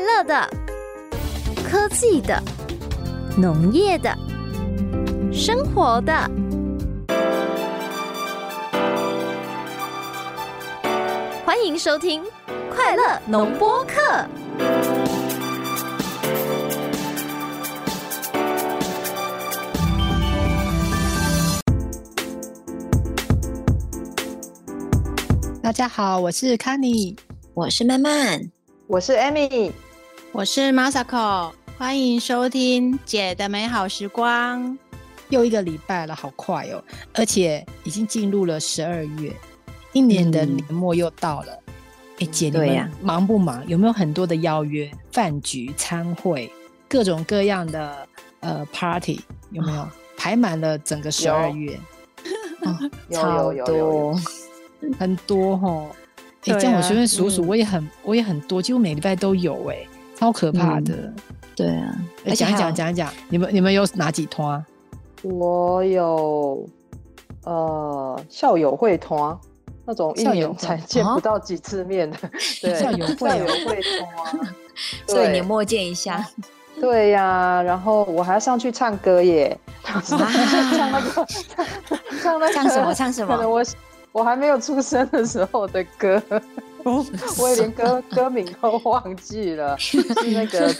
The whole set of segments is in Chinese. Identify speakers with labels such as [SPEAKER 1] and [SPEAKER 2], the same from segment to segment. [SPEAKER 1] 乐的、科技的、农业的、生活的。欢迎收听《快乐农播课》。
[SPEAKER 2] 大家好，我是康妮，
[SPEAKER 3] 我是曼曼，
[SPEAKER 4] 我是 Amy，
[SPEAKER 5] 我是 Masako，欢迎收听姐的美好时光。
[SPEAKER 2] 又一个礼拜了，好快哦！而且已经进入了十二月，一年的年末又到了。哎、姐，你
[SPEAKER 3] 对呀
[SPEAKER 2] 们忙不忙？有没有很多的邀约、饭局、餐会，各种各样的呃 party？有没有、排满了整个十二
[SPEAKER 4] 有
[SPEAKER 2] 月？
[SPEAKER 4] 有
[SPEAKER 3] 超
[SPEAKER 4] 有有有有，
[SPEAKER 3] 多，
[SPEAKER 2] 很多哈。哎、
[SPEAKER 5] 对
[SPEAKER 2] 这样我
[SPEAKER 5] 啊
[SPEAKER 2] 随便数数，
[SPEAKER 5] 嗯
[SPEAKER 2] 我也很我也很多，几乎每礼拜都有哎、超可怕的。
[SPEAKER 3] 对
[SPEAKER 2] 哎
[SPEAKER 3] 啊，而且
[SPEAKER 2] 讲、一
[SPEAKER 3] 还有
[SPEAKER 2] 讲，讲一讲，你们你们有哪几团、啊？
[SPEAKER 4] 我有呃校友会团，那种一
[SPEAKER 2] 校友
[SPEAKER 4] 年
[SPEAKER 2] 会
[SPEAKER 4] 才见
[SPEAKER 3] 啊
[SPEAKER 4] 不到几次 面的，对，
[SPEAKER 2] 校友会
[SPEAKER 4] 校
[SPEAKER 2] 哦
[SPEAKER 4] 友会 团，
[SPEAKER 3] 所以
[SPEAKER 4] 对
[SPEAKER 3] 年末见一下，
[SPEAKER 4] 对呀、然后我还要上去唱歌耶，
[SPEAKER 3] 哇，
[SPEAKER 4] 唱 那个唱那个
[SPEAKER 3] 唱什么唱什
[SPEAKER 4] 可能
[SPEAKER 3] 么，
[SPEAKER 4] 我我还没有出生的时候的歌，
[SPEAKER 2] 哦
[SPEAKER 4] 我也连 歌歌名都忘记了，是那个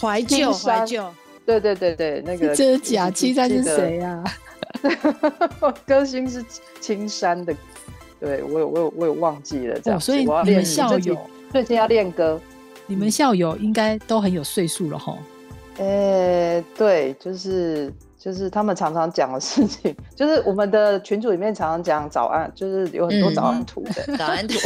[SPEAKER 5] 怀旧，
[SPEAKER 4] 金山
[SPEAKER 5] 怀旧，
[SPEAKER 4] 对对对对，那个
[SPEAKER 2] 真的假？七三是？
[SPEAKER 4] 记
[SPEAKER 2] 谁啊？
[SPEAKER 4] 得哦歌星是青山的，对我有我有我有忘记了这样
[SPEAKER 2] 哦，
[SPEAKER 4] 子、
[SPEAKER 2] 所以
[SPEAKER 4] 我要
[SPEAKER 2] 你
[SPEAKER 4] 练
[SPEAKER 2] 们
[SPEAKER 4] 习嗯
[SPEAKER 2] 校
[SPEAKER 4] 自己
[SPEAKER 2] 友，
[SPEAKER 4] 最近要练歌。
[SPEAKER 2] 你们校友应该都很有岁数了哈。
[SPEAKER 4] 呃，对，就是就是他们常常讲的事情，就是我们的群组里面常常讲早安，就是有很多
[SPEAKER 3] 嗯
[SPEAKER 4] 早安图的，
[SPEAKER 3] 早安图，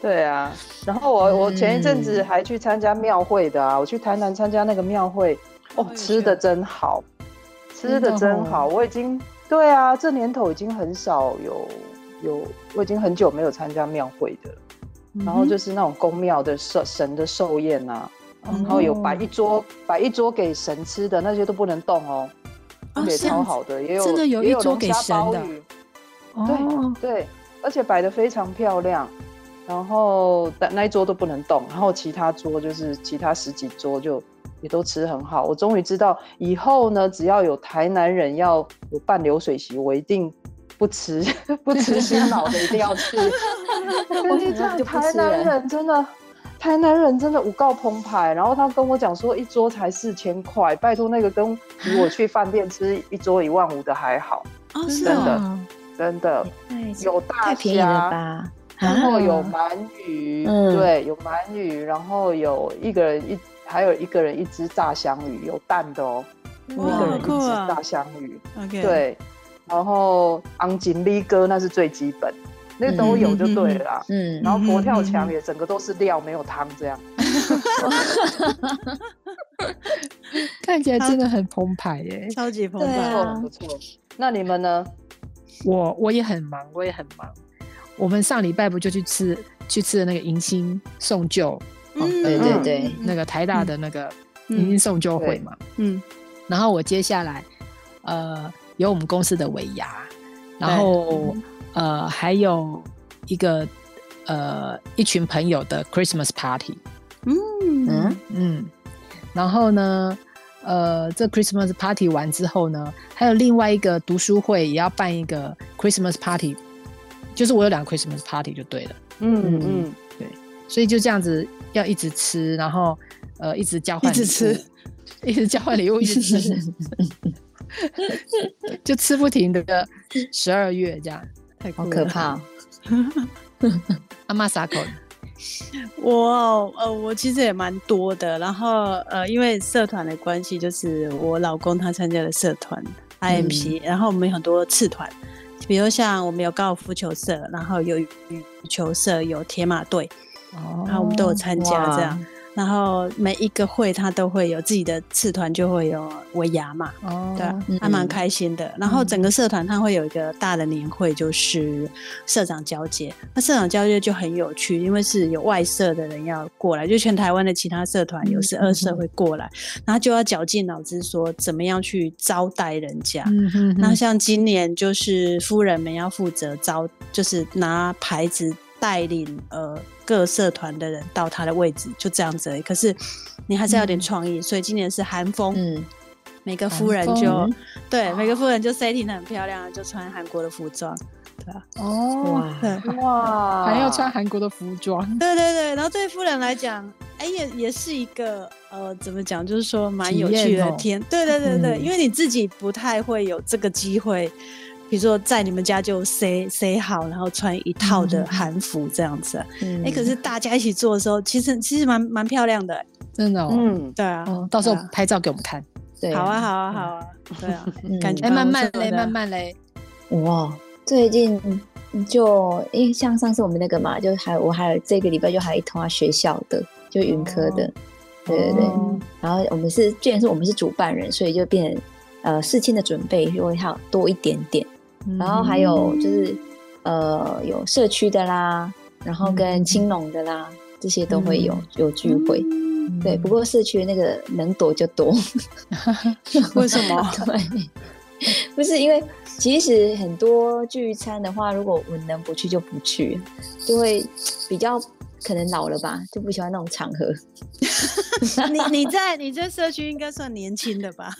[SPEAKER 4] 对啊。然后我我前一阵子
[SPEAKER 3] 嗯
[SPEAKER 4] 还去参加庙会的啊，我去台南参加那个庙会，哦
[SPEAKER 5] 哎，呦
[SPEAKER 4] 吃的真好，吃的
[SPEAKER 2] 真的
[SPEAKER 4] 真
[SPEAKER 2] 哦
[SPEAKER 4] 好，我已经对啊，这年头已经很少有有，我已经很久没有参加庙会的了。
[SPEAKER 2] 嗯
[SPEAKER 4] 然后就是那种宫庙的寿神的寿宴啊，
[SPEAKER 2] 嗯哼，
[SPEAKER 4] 然后有摆
[SPEAKER 2] 哦
[SPEAKER 4] 一桌摆一桌给神吃的那些都不能动哦，
[SPEAKER 2] 哦
[SPEAKER 4] 也
[SPEAKER 2] 这样
[SPEAKER 4] 超
[SPEAKER 2] 子
[SPEAKER 4] 好的，也有
[SPEAKER 2] 真的有
[SPEAKER 4] 也
[SPEAKER 2] 一
[SPEAKER 4] 有
[SPEAKER 2] 桌
[SPEAKER 4] 龙
[SPEAKER 2] 给
[SPEAKER 4] 虾
[SPEAKER 2] 神
[SPEAKER 4] 鲍
[SPEAKER 2] 的
[SPEAKER 4] 鱼，
[SPEAKER 2] 哦，
[SPEAKER 4] 对，而且摆的非常漂亮。然后但那一桌都不能动，然后其他桌就是其他十几桌就也都吃很好。我终于知道以后呢，只要有台南人要有办流水席，我一定不吃 不吃新老的，一定要 吃。
[SPEAKER 3] 我
[SPEAKER 4] 我
[SPEAKER 3] 想
[SPEAKER 4] 跟你
[SPEAKER 3] 说
[SPEAKER 4] 讲，
[SPEAKER 3] 就不
[SPEAKER 4] 台
[SPEAKER 3] 吃
[SPEAKER 4] 南
[SPEAKER 3] 了
[SPEAKER 4] 人真的，台南人真的五告澎湃。然后他跟我讲说，一桌才四千块，拜托那个跟比我去饭店吃一桌一万五的还好，
[SPEAKER 5] 哦，
[SPEAKER 2] 真
[SPEAKER 5] 是
[SPEAKER 4] 真
[SPEAKER 5] 哦，
[SPEAKER 4] 的
[SPEAKER 2] 的
[SPEAKER 4] 真的
[SPEAKER 3] 哎
[SPEAKER 4] 有大
[SPEAKER 3] 太便宜了
[SPEAKER 4] 虾，
[SPEAKER 3] 吧？
[SPEAKER 4] 然后有
[SPEAKER 3] 啊
[SPEAKER 4] 鳗鱼，
[SPEAKER 3] 嗯
[SPEAKER 4] 对，有鳗鱼，然后有一个人一。还有一个人一只大香鱼，有蛋的哦，一
[SPEAKER 5] 哇
[SPEAKER 4] 个
[SPEAKER 5] 好
[SPEAKER 4] 人一
[SPEAKER 5] 酷
[SPEAKER 4] 只
[SPEAKER 5] 啊
[SPEAKER 4] 大香鱼，
[SPEAKER 5] ，OK，，
[SPEAKER 4] 对，然后昂锦力哥那是最基本，那都有就对了啦。
[SPEAKER 3] 嗯，
[SPEAKER 4] 然后佛跳
[SPEAKER 5] 嗯嗯嗯
[SPEAKER 4] 墙也整个都是料，没有汤这样。
[SPEAKER 2] 看起来真的很澎湃耶。
[SPEAKER 5] 超级澎
[SPEAKER 3] 对
[SPEAKER 5] 湃，
[SPEAKER 3] 啊
[SPEAKER 4] 哦不错，不错。那你们呢？
[SPEAKER 2] 我我也很忙，我也很忙。我们上礼拜不就去吃去吃了那个迎新送旧，哦
[SPEAKER 5] 嗯
[SPEAKER 3] 对
[SPEAKER 4] 对
[SPEAKER 3] 对
[SPEAKER 2] 那个台大的那个迎新送旧会嘛。
[SPEAKER 5] 嗯，
[SPEAKER 2] 然后我接下来呃有我们公司的尾牙，然后呃还有一个呃一群朋友的 Christmas party，
[SPEAKER 5] 嗯
[SPEAKER 3] 嗯，
[SPEAKER 2] 嗯，然后呢，呃，这 Christmas party 完之后呢，还有另外一个读书会也要办一个 Christmas party，就是我有两个 Christmas party 就对了，
[SPEAKER 4] 嗯
[SPEAKER 2] 嗯
[SPEAKER 4] 嗯，
[SPEAKER 2] 所以就这样子要一直吃，然后呃一直交换，
[SPEAKER 5] 一直吃，
[SPEAKER 2] 一直交换礼物，一直吃，就吃不停的十二月这样。
[SPEAKER 5] 太酷
[SPEAKER 3] 好
[SPEAKER 5] 了
[SPEAKER 3] 可怕哦，
[SPEAKER 2] 阿妈撒口，
[SPEAKER 5] 我哦呃，我其实也蛮多的，然后呃，因为社团的关系，就是我老公他参加了社团 IMC，、然后我们有很多次团，比如像我们有高尔夫球社，然后有羽球社，有铁马队，
[SPEAKER 2] 哦
[SPEAKER 5] 嗯然后我们都有参加
[SPEAKER 3] 哇
[SPEAKER 5] 这样。然后每一个会他都会有自己的次团，就会有尾牙嘛，
[SPEAKER 2] 哦，
[SPEAKER 5] 对、啊
[SPEAKER 3] 嗯，
[SPEAKER 5] 还蛮开心的。然后整个社团它会有一个大的年会，就是社长交接。那社长交接就很有趣，因为是有外社的人要过来，就全台湾的其他社团有十二社会过来，然后就要绞尽脑汁说怎么样去招待人家。
[SPEAKER 2] 嗯哼哼，
[SPEAKER 5] 那像今年就是夫人们要负责招，就是拿牌子带领呃各社团的人到他的位置，就这样子而已。可是你还是要有点创意，所以今年是韩风，
[SPEAKER 2] 嗯，
[SPEAKER 5] 每个
[SPEAKER 2] 韩
[SPEAKER 5] 夫人就
[SPEAKER 2] 风
[SPEAKER 5] 对每个夫人就 setting 得很漂亮，就穿韩国的服装，对啊，
[SPEAKER 2] 哦，
[SPEAKER 3] 哇，
[SPEAKER 5] 对
[SPEAKER 4] 哇，
[SPEAKER 2] 还要穿韩国的服装，
[SPEAKER 5] 对对对，然后对夫人来讲，哎、也也是一个呃，怎么讲，就是说蛮
[SPEAKER 2] 体
[SPEAKER 5] 有
[SPEAKER 2] 验
[SPEAKER 5] 趣的
[SPEAKER 2] 哦
[SPEAKER 5] 天。对对对对，
[SPEAKER 2] 嗯
[SPEAKER 5] 因为你自己不太会有这个机会，比如说在你们家就塞塞好，然后穿一套
[SPEAKER 2] 嗯嗯
[SPEAKER 5] 的
[SPEAKER 2] 嗯
[SPEAKER 5] 韩服这样子。哎、
[SPEAKER 3] 嗯
[SPEAKER 5] 可是大家一起做的时候，其实其实蛮蛮漂亮的、
[SPEAKER 2] 真的哦。
[SPEAKER 4] 嗯，
[SPEAKER 5] 对啊，
[SPEAKER 2] 哦，到时候
[SPEAKER 5] 对啊
[SPEAKER 2] 拍照给我们看。
[SPEAKER 3] 对
[SPEAKER 5] 好啊，好啊，好啊，对啊，
[SPEAKER 3] 嗯
[SPEAKER 5] 感觉
[SPEAKER 2] 哎，
[SPEAKER 5] 蛮
[SPEAKER 2] 慢慢
[SPEAKER 5] 不错
[SPEAKER 2] 嘞，
[SPEAKER 5] 的
[SPEAKER 2] 慢慢嘞，
[SPEAKER 3] 哇，最近就因为像上次我们那个嘛，就还我还有这个礼拜就还有一通啊学校的，就云科的，
[SPEAKER 4] 哦
[SPEAKER 3] 对对对。
[SPEAKER 2] 哦
[SPEAKER 5] 嗯
[SPEAKER 3] 然后我们是既然是我们是主办人，所以就变成呃事前的准备就会还要多一点点。然后还
[SPEAKER 5] 嗯
[SPEAKER 3] 有就是呃有社区的啦，然
[SPEAKER 5] 嗯
[SPEAKER 3] 后跟青农的啦，这些都会有有聚会。
[SPEAKER 5] 嗯
[SPEAKER 2] 嗯
[SPEAKER 3] 对，不过社区那个能躲就躲。
[SPEAKER 5] 为什么？
[SPEAKER 3] 对，不是因为其实很多聚餐的话，如果我能不去就不去，就会比较可能老了吧，就不喜欢那种场合。
[SPEAKER 5] 你你在你在社区应该算年轻的吧？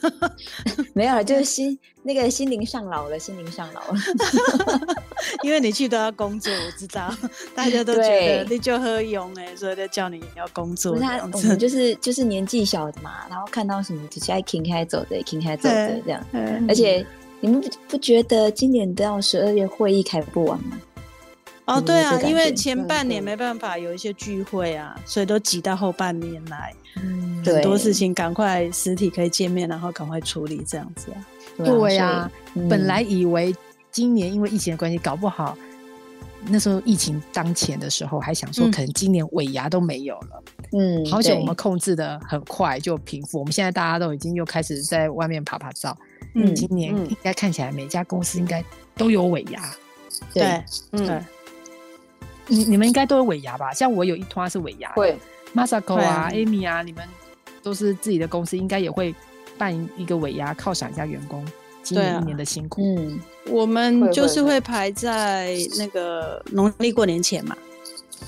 [SPEAKER 3] 没有了，就是心那个心灵上老了，心灵上老了。
[SPEAKER 5] 因为你去都要工作，我知道， 大家都觉得
[SPEAKER 3] 对
[SPEAKER 5] 你就喝泳哎、所以就叫你要工
[SPEAKER 3] 不
[SPEAKER 5] 作
[SPEAKER 3] 是
[SPEAKER 5] 这
[SPEAKER 3] 他，
[SPEAKER 5] 样
[SPEAKER 3] 我们
[SPEAKER 5] 子。
[SPEAKER 3] 就是就是年纪小的嘛，然后看到什么就现在停开走的，停开走的
[SPEAKER 5] 对
[SPEAKER 3] 这样。
[SPEAKER 5] 嗯
[SPEAKER 3] 而且你们不不觉得今年到十二月会议开不完吗？
[SPEAKER 5] 哦，
[SPEAKER 3] 嗯
[SPEAKER 5] 对
[SPEAKER 3] 这
[SPEAKER 5] 啊，
[SPEAKER 3] 感
[SPEAKER 5] 因为
[SPEAKER 3] 觉
[SPEAKER 5] 前
[SPEAKER 4] 对
[SPEAKER 5] 半年
[SPEAKER 4] 对
[SPEAKER 5] 没办法有一些聚会啊，所以都挤到后半年来，
[SPEAKER 2] 嗯
[SPEAKER 5] 很多
[SPEAKER 3] 对
[SPEAKER 5] 事情赶快实体可以见面，然后赶快处理这样子啊。
[SPEAKER 2] 对呀、
[SPEAKER 3] 呀，所以
[SPEAKER 2] 本
[SPEAKER 3] 嗯
[SPEAKER 2] 来以为今年因为疫情的关系，搞不好那时候疫情当前的时候，还想说
[SPEAKER 5] 嗯
[SPEAKER 2] 可能今年尾牙都没有了。
[SPEAKER 3] 嗯，
[SPEAKER 2] 好险我
[SPEAKER 3] 对
[SPEAKER 2] 们控制的很快就平复，我们现在大家都已经又开始在外面爬爬照。
[SPEAKER 5] 嗯，
[SPEAKER 2] 今年
[SPEAKER 4] 嗯
[SPEAKER 2] 应该看起来每家公司应该都有尾牙，
[SPEAKER 5] 对
[SPEAKER 3] 对，
[SPEAKER 5] 对
[SPEAKER 4] 嗯，
[SPEAKER 2] 你你们应该都有尾牙吧？像我有一团是尾牙的，
[SPEAKER 4] 会，
[SPEAKER 2] Masako
[SPEAKER 5] 对
[SPEAKER 2] 啊
[SPEAKER 5] 啊、
[SPEAKER 2] Amy 啊，你们都是自己的公司，应该也会办一个尾牙犒赏一下员工今
[SPEAKER 5] 对
[SPEAKER 2] 年
[SPEAKER 5] 啊
[SPEAKER 2] 一年的辛苦。
[SPEAKER 3] 嗯，
[SPEAKER 5] 我们
[SPEAKER 4] 会
[SPEAKER 5] 就是
[SPEAKER 4] 会
[SPEAKER 5] 会排在那个农历过年前嘛，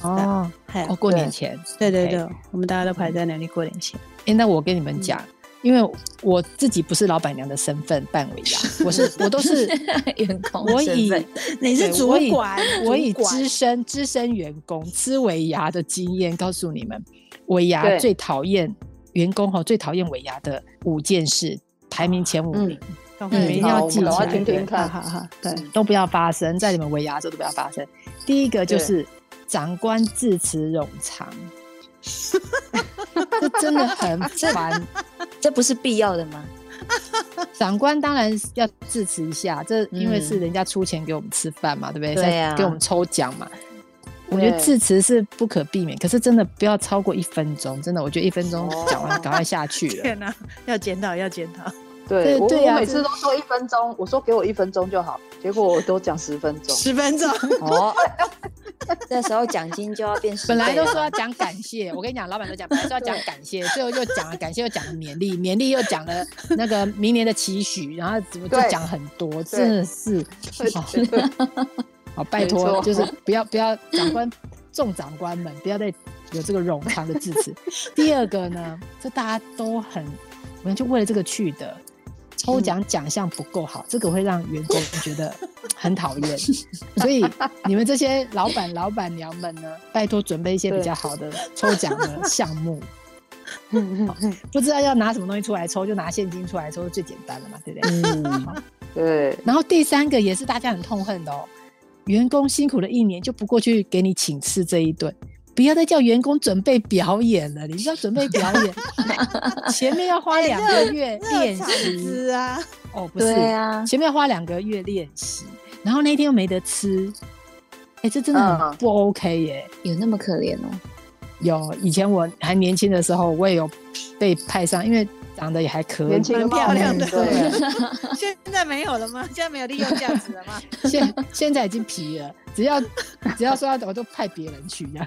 [SPEAKER 2] 哦
[SPEAKER 5] 嘿啊
[SPEAKER 2] 哦，，过年
[SPEAKER 4] 对
[SPEAKER 2] 前，
[SPEAKER 5] 对对
[SPEAKER 2] OK
[SPEAKER 5] 对，我们大家都排在农历过年前。
[SPEAKER 2] 哎、那我跟你们讲，因为我自己不是老板娘的身份办尾牙，我是我都是
[SPEAKER 3] 员工
[SPEAKER 2] 我
[SPEAKER 3] 身
[SPEAKER 2] 以
[SPEAKER 3] 份
[SPEAKER 5] 你是
[SPEAKER 2] 对
[SPEAKER 5] 主
[SPEAKER 2] 我以
[SPEAKER 5] 管，
[SPEAKER 2] 我
[SPEAKER 5] 主
[SPEAKER 2] 以
[SPEAKER 5] 管
[SPEAKER 2] 资深资深员工吃尾牙的经验告诉你们，尾牙
[SPEAKER 4] 对
[SPEAKER 2] 最讨厌员工哈、最讨厌尾牙的五件事，排名前五
[SPEAKER 4] 嗯
[SPEAKER 2] 名、
[SPEAKER 5] 赶
[SPEAKER 2] 你
[SPEAKER 5] 快
[SPEAKER 2] 们一定
[SPEAKER 5] 好
[SPEAKER 2] 要
[SPEAKER 5] 我们
[SPEAKER 2] 记
[SPEAKER 5] 赶
[SPEAKER 2] 起
[SPEAKER 5] 快
[SPEAKER 2] 来
[SPEAKER 5] 听
[SPEAKER 4] 对
[SPEAKER 5] 听看，
[SPEAKER 4] 好
[SPEAKER 5] 好，对，
[SPEAKER 2] 都不要发生在你们尾牙州都不要发生。第一个就
[SPEAKER 4] 对
[SPEAKER 2] 是长官致辞冗长。 这真的很烦，
[SPEAKER 3] 这不是必要的吗？
[SPEAKER 2] 长官当然要致辞一下，这因为是
[SPEAKER 3] 嗯
[SPEAKER 2] 人家出钱给我们吃饭嘛，对不对？
[SPEAKER 3] 对啊
[SPEAKER 2] 在给我们抽奖嘛。我觉得
[SPEAKER 4] 对
[SPEAKER 2] 致辞是不可避免，可是真的不要超过一分钟，真的，我觉得一分钟
[SPEAKER 4] 哦
[SPEAKER 2] 讲完赶快下去 了。
[SPEAKER 5] 天哪，要检讨，要检讨。
[SPEAKER 2] 对
[SPEAKER 4] 对我
[SPEAKER 2] 对
[SPEAKER 4] 我
[SPEAKER 2] 啊
[SPEAKER 4] 每
[SPEAKER 2] 这
[SPEAKER 4] 次都说一分钟，我说给我一分钟就好，结果我都讲十分 钟。
[SPEAKER 5] 十分钟，
[SPEAKER 3] 哦，这时候奖金就要变十
[SPEAKER 2] 本来
[SPEAKER 3] 倍
[SPEAKER 2] 都
[SPEAKER 4] 啊
[SPEAKER 3] 了
[SPEAKER 2] 说要讲感谢，我跟你讲，老板都讲，本来说要讲感谢，最后又讲了感谢，又讲了勉励，勉励又讲了那个明年的期许，然后怎么就
[SPEAKER 4] 对
[SPEAKER 2] 讲很多，真的是，好，好哦拜
[SPEAKER 4] 没
[SPEAKER 2] 托，
[SPEAKER 4] 错
[SPEAKER 2] 就是不要不 要长官众长官们不要再有这个冗长的致辞。第二个呢，这大家都很，我们就为了这个去的。
[SPEAKER 4] 嗯
[SPEAKER 2] 抽奖奖项不够好，这个会让员工觉得很讨厌，所以你们这些老板、老板娘们呢，拜托准备一些比
[SPEAKER 4] 对
[SPEAKER 2] 较好的抽奖的项目。 不知道要拿什么东西出来抽，就拿现金出来抽，最简单了嘛，对不对？
[SPEAKER 3] 嗯，
[SPEAKER 4] 对，
[SPEAKER 2] 然后第三个也是大家很痛恨的哦，员工辛苦了一年就不过去给你请吃这一顿，不要再叫员工准备表演了，你就要准备表演，前面要花两个月练
[SPEAKER 5] 场
[SPEAKER 2] 习
[SPEAKER 5] 子啊，
[SPEAKER 2] 哦，不是，
[SPEAKER 3] 对啊，
[SPEAKER 2] 前面要花两个月练习，然后那天又没得吃，哎，这真的很
[SPEAKER 4] 嗯
[SPEAKER 2] 不 OK 耶、
[SPEAKER 3] 有那么可怜哦。
[SPEAKER 2] 有以前我还年轻的时候，我也有被派上，因为长得也还可以，
[SPEAKER 4] 年轻
[SPEAKER 5] 蛮
[SPEAKER 4] 貌
[SPEAKER 5] 漂亮的
[SPEAKER 4] 美对，
[SPEAKER 5] 现在没有了吗？现在没有利用价值了吗？
[SPEAKER 2] 现 现在已经皮了，只要 只要说要走，我就派别人去这样。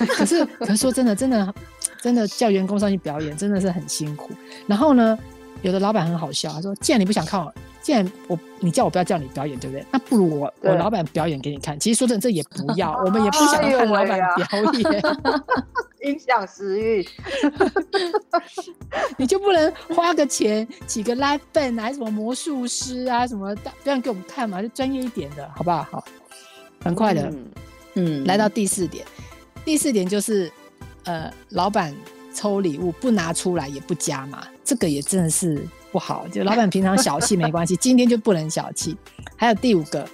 [SPEAKER 2] 可是可是说真的，真的真的叫员工上去表演，真的是很辛苦。然后呢，有的老板很好笑，他说：“既然你不想看我，既然我你叫我不要叫你表演，对不对？那不如我我
[SPEAKER 4] 对
[SPEAKER 2] 老板表演给你看。其实说真的，这也不 要，我们也不想
[SPEAKER 4] 哎呦
[SPEAKER 2] 看老
[SPEAKER 4] 喂
[SPEAKER 2] 板
[SPEAKER 4] 啊
[SPEAKER 2] 表演，
[SPEAKER 4] 影响食欲。
[SPEAKER 2] 你就不能花个钱请个 live band 啊还是什么魔术师啊什么的表演给我们看嘛？就专业一点的，好不好？好，很快的，
[SPEAKER 4] 嗯
[SPEAKER 3] 嗯，
[SPEAKER 2] 来到第四点，第四点就是，呃，老板抽礼物不拿出来也不加嘛，这个也真的是不好。就老板平常小气没关系，今天就不能小气。还有第五个，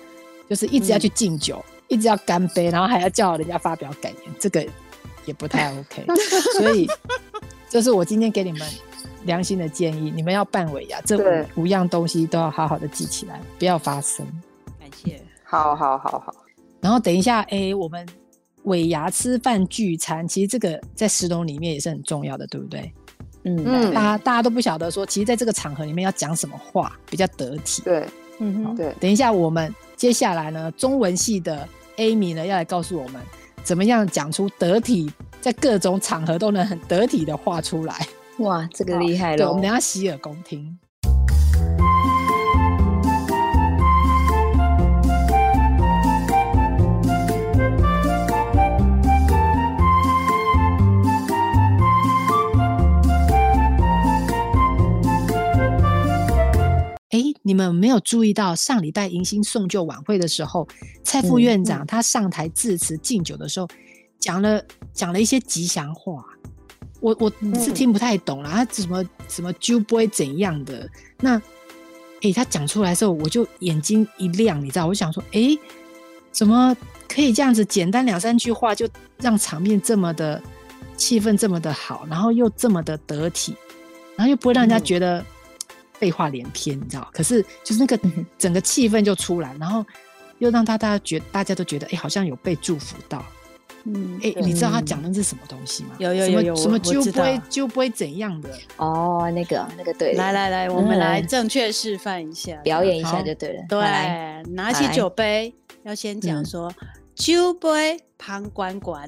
[SPEAKER 2] 就是一直要去敬酒，一直要干杯，然后还要叫人家发表感言，这个也不太 OK。所以，这是我今天给你们良心的建议，你们要办尾牙，这
[SPEAKER 4] 对
[SPEAKER 2] 五五样东西都要好好的记起来，不要发生。
[SPEAKER 5] 感谢。
[SPEAKER 4] 好好好好，
[SPEAKER 2] 然后等一下，哎，我们尾牙吃饭聚餐，其实这个在石龙里面也是很重要的，对不对？
[SPEAKER 3] 嗯
[SPEAKER 4] 嗯
[SPEAKER 2] 大家大家都不晓得说，其实在这个场合里面要讲什么话比较得体。
[SPEAKER 4] 对
[SPEAKER 5] 嗯哼，
[SPEAKER 4] 对，
[SPEAKER 2] 等一下，我们接下来呢，中文系的 Amy 呢要来告诉我们，怎么样讲出得体，在各种场合都能很得体的话出来。
[SPEAKER 3] 哇，这个厉害
[SPEAKER 2] 对，
[SPEAKER 3] 了，
[SPEAKER 2] 我们等一下洗耳恭听。哎，你们有没有注意到上礼拜迎新送旧晚会的时候，蔡副
[SPEAKER 3] 嗯
[SPEAKER 2] 院长他上台致辞敬酒的时候，讲了讲了一些吉祥话。我我
[SPEAKER 3] 嗯
[SPEAKER 2] 是听不太懂啦，他什么什么就不会怎样的。那，诶、他讲出来的时候，我就眼睛一亮，你知道，我想说，诶、怎么可以这样子简单两三句话就让场面这么的气氛这么的好，然后又这么的得体，然后又不会让人
[SPEAKER 3] 嗯
[SPEAKER 2] 家觉得废话连篇，你知道？可是就是那个
[SPEAKER 3] 嗯哼
[SPEAKER 2] 整个气氛就出来，然后又让大家觉大家都觉得，诶、好像有被祝福到。
[SPEAKER 3] 嗯
[SPEAKER 2] 诶、你知道他讲
[SPEAKER 3] 的
[SPEAKER 2] 的是什么东西吗？
[SPEAKER 5] 有有
[SPEAKER 2] 什么
[SPEAKER 5] 有有
[SPEAKER 2] 什么
[SPEAKER 5] 我
[SPEAKER 2] 就
[SPEAKER 5] 我知
[SPEAKER 2] 不会
[SPEAKER 5] 道
[SPEAKER 2] 就不会怎样 的。
[SPEAKER 3] 哦，那个那个对，
[SPEAKER 5] 来来来，我们来
[SPEAKER 3] 嗯
[SPEAKER 5] 正确示范一下
[SPEAKER 3] 表演一
[SPEAKER 2] 好
[SPEAKER 3] 下就对了，
[SPEAKER 5] 对
[SPEAKER 3] 嗯来，
[SPEAKER 5] 拿起
[SPEAKER 3] 来
[SPEAKER 5] 酒杯，要先讲
[SPEAKER 3] 嗯
[SPEAKER 5] 说酒杯旁观观，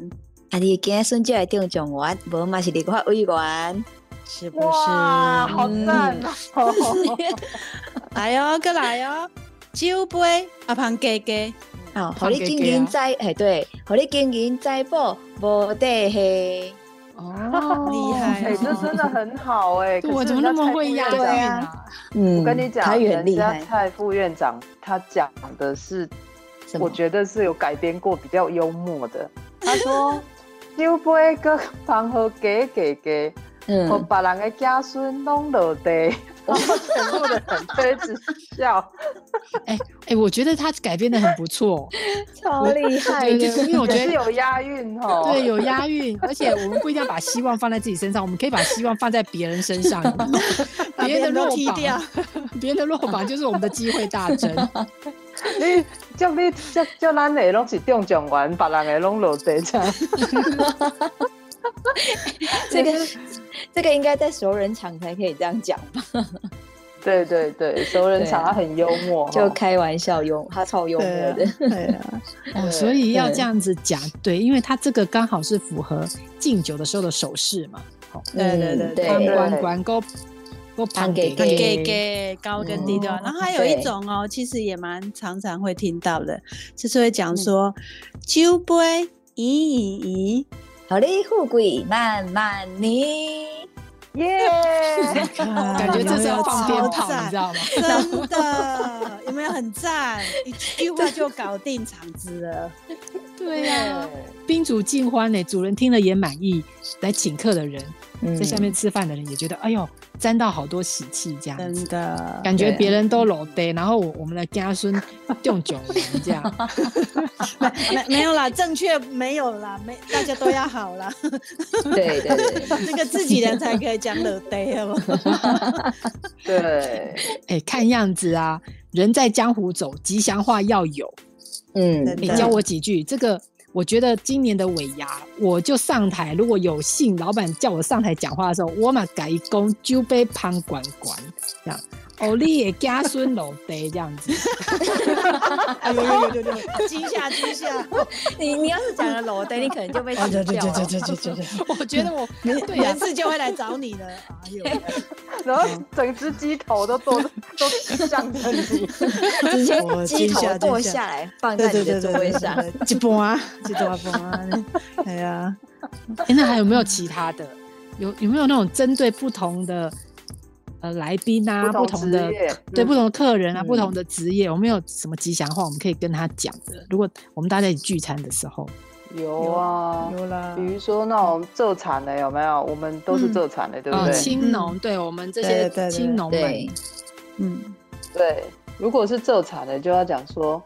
[SPEAKER 3] 啊，你今天孙就来中状元，无嘛是立法委员，
[SPEAKER 5] 是不
[SPEAKER 4] 哇，好
[SPEAKER 3] 嗯
[SPEAKER 5] 是？
[SPEAKER 4] 赞哦！
[SPEAKER 5] 来哟，过来哟，酒杯啊旁哥哥，
[SPEAKER 3] 好，互
[SPEAKER 2] 放
[SPEAKER 3] 哦你
[SPEAKER 2] 给
[SPEAKER 3] 金
[SPEAKER 2] 给
[SPEAKER 3] 银
[SPEAKER 2] 啊
[SPEAKER 3] 栽，哎对，互你金银栽宝无地黑，
[SPEAKER 2] 哦
[SPEAKER 5] 厉害
[SPEAKER 4] 哎，这真的很好哎，可
[SPEAKER 2] 我
[SPEAKER 4] 是
[SPEAKER 2] 怎么那
[SPEAKER 4] 人家
[SPEAKER 2] 么
[SPEAKER 4] 蔡
[SPEAKER 2] 会
[SPEAKER 4] 副
[SPEAKER 2] 押
[SPEAKER 4] 院
[SPEAKER 2] 韵
[SPEAKER 4] 长
[SPEAKER 3] 对啊
[SPEAKER 2] 啊？
[SPEAKER 3] 嗯
[SPEAKER 4] 我跟你讲，
[SPEAKER 3] 台语很
[SPEAKER 4] 人
[SPEAKER 3] 厉
[SPEAKER 4] 家
[SPEAKER 3] 害，
[SPEAKER 4] 蔡副院长他讲的是，
[SPEAKER 3] 什么
[SPEAKER 4] 我觉得是有改编过比较幽默的。他说：“ 酒杯搁旁喝给给给，
[SPEAKER 3] 嗯
[SPEAKER 4] 和别人的家孙拢落地。”然后全部的人都一直笑，
[SPEAKER 2] 哎、我觉得他改编的很不 错，
[SPEAKER 3] 超厉害
[SPEAKER 2] 对对对，
[SPEAKER 3] 的，
[SPEAKER 2] 因为我
[SPEAKER 4] 可
[SPEAKER 2] 觉
[SPEAKER 4] 是
[SPEAKER 2] 得。
[SPEAKER 4] 有押韵哦。
[SPEAKER 2] 对，，有押韵，而且我们不一定要把希望放在自己身上，我们可以把希望放在别人身上，有没有
[SPEAKER 5] 把
[SPEAKER 2] 别人的
[SPEAKER 5] 都
[SPEAKER 2] 落
[SPEAKER 5] 踢掉
[SPEAKER 2] 榜，，别人的落榜就是我们的机会 大增。
[SPEAKER 4] 你叫你叫叫咱的拢是中状元，别人的拢落地这 样。
[SPEAKER 3] 这个 这个应该在熟人场才可以这样讲吧，
[SPEAKER 4] 对对对，熟人场
[SPEAKER 3] 对啊
[SPEAKER 4] 他很幽默哦，
[SPEAKER 3] 就开玩笑幽，他超幽默的，
[SPEAKER 5] 对啊，
[SPEAKER 2] 哦，
[SPEAKER 4] 对
[SPEAKER 2] 所以要这
[SPEAKER 3] 对
[SPEAKER 2] 样子讲，对，因为他这个刚好是符合敬酒的时候的手势嘛。好，
[SPEAKER 5] 对对
[SPEAKER 3] 嗯
[SPEAKER 5] 对
[SPEAKER 2] 关
[SPEAKER 4] 对
[SPEAKER 2] 关关勾勾盘给
[SPEAKER 3] 给
[SPEAKER 5] 给给给高跟低调，
[SPEAKER 2] 嗯
[SPEAKER 5] 然后还有一
[SPEAKER 3] 对
[SPEAKER 5] 种哦，其实也蛮常常会听到的，就是会讲说酒杯咦咦咦，
[SPEAKER 3] 好嘞，富贵慢慢你。
[SPEAKER 4] 耶！
[SPEAKER 2] 感觉这是要放鞭炮，
[SPEAKER 5] 超赞
[SPEAKER 2] 你知道吗？
[SPEAKER 5] 真的有没有很赞？一句话就搞定场子了。
[SPEAKER 2] 对呀，宾主尽欢呢，主人听了也满意，来请客的人，
[SPEAKER 3] 嗯
[SPEAKER 2] 在下面吃饭的人也觉得，哎呦，沾到好多喜气，这样
[SPEAKER 5] 真
[SPEAKER 2] 子。
[SPEAKER 5] 的，
[SPEAKER 2] 感觉
[SPEAKER 3] 对啊
[SPEAKER 2] 别人都老爹，然后我我们的家孙用囧人这样，
[SPEAKER 5] 没没有啦，正确没有啦，没大家都要好啦，
[SPEAKER 3] 对对对，
[SPEAKER 5] 那个自己人才可以讲乐呆好不好？
[SPEAKER 4] 对，
[SPEAKER 2] 哎，看样子啊，人在江湖走，吉祥话要有。
[SPEAKER 3] 嗯，
[SPEAKER 2] 哎、
[SPEAKER 5] 真的
[SPEAKER 2] 教我几句。这个我觉得今年的尾牙，我就上台。如果有幸老板叫我上台讲话的时候，我嘛改一公酒杯旁管管这样。欧丽也家孙老爹这样子，
[SPEAKER 5] 哎呦呦呦呦呦，惊吓惊吓！
[SPEAKER 3] 你你要是讲了裸对，你可能就被
[SPEAKER 5] 哦
[SPEAKER 2] 啊
[SPEAKER 3] 洗掉了。
[SPEAKER 2] 对对对， 我觉得我对啊呀
[SPEAKER 5] 人，事就会来找你的。哎呦，
[SPEAKER 4] 然后整只鸡头都 都都向着你，
[SPEAKER 3] 直接
[SPEAKER 5] 我
[SPEAKER 3] 鸡
[SPEAKER 5] 惊
[SPEAKER 3] 头
[SPEAKER 5] 吓
[SPEAKER 3] 剁
[SPEAKER 5] 惊吓
[SPEAKER 3] 下来放
[SPEAKER 5] 对
[SPEAKER 3] 在
[SPEAKER 5] 对
[SPEAKER 3] 你
[SPEAKER 5] 对
[SPEAKER 3] 的
[SPEAKER 5] 对
[SPEAKER 3] 座
[SPEAKER 5] 对
[SPEAKER 3] 位上。
[SPEAKER 5] 对，一半啊，一大半啊，哎呀，
[SPEAKER 2] 诶那还有没有其他的？有有没有那种针对不同的呃来宾啊，不
[SPEAKER 4] 不
[SPEAKER 2] 同
[SPEAKER 4] 同
[SPEAKER 2] 的
[SPEAKER 4] 职业
[SPEAKER 2] 对
[SPEAKER 4] 嗯
[SPEAKER 2] 不同的客人啊，不
[SPEAKER 5] 嗯
[SPEAKER 2] 同的职业，我们有什么吉祥话我们可以跟他讲的？如果我们大家一起聚餐的时候，
[SPEAKER 4] 有啊。
[SPEAKER 5] 有啦
[SPEAKER 4] 比，如说那种这产的有没有？我们都是
[SPEAKER 5] 嗯
[SPEAKER 4] 这产的，对不
[SPEAKER 2] 呃，
[SPEAKER 4] 对？
[SPEAKER 2] 青农，对我们这
[SPEAKER 5] 对对
[SPEAKER 2] 些
[SPEAKER 5] 对
[SPEAKER 2] 青农们
[SPEAKER 3] 对，
[SPEAKER 5] 嗯，
[SPEAKER 4] 对，如果是做产的，就要讲说，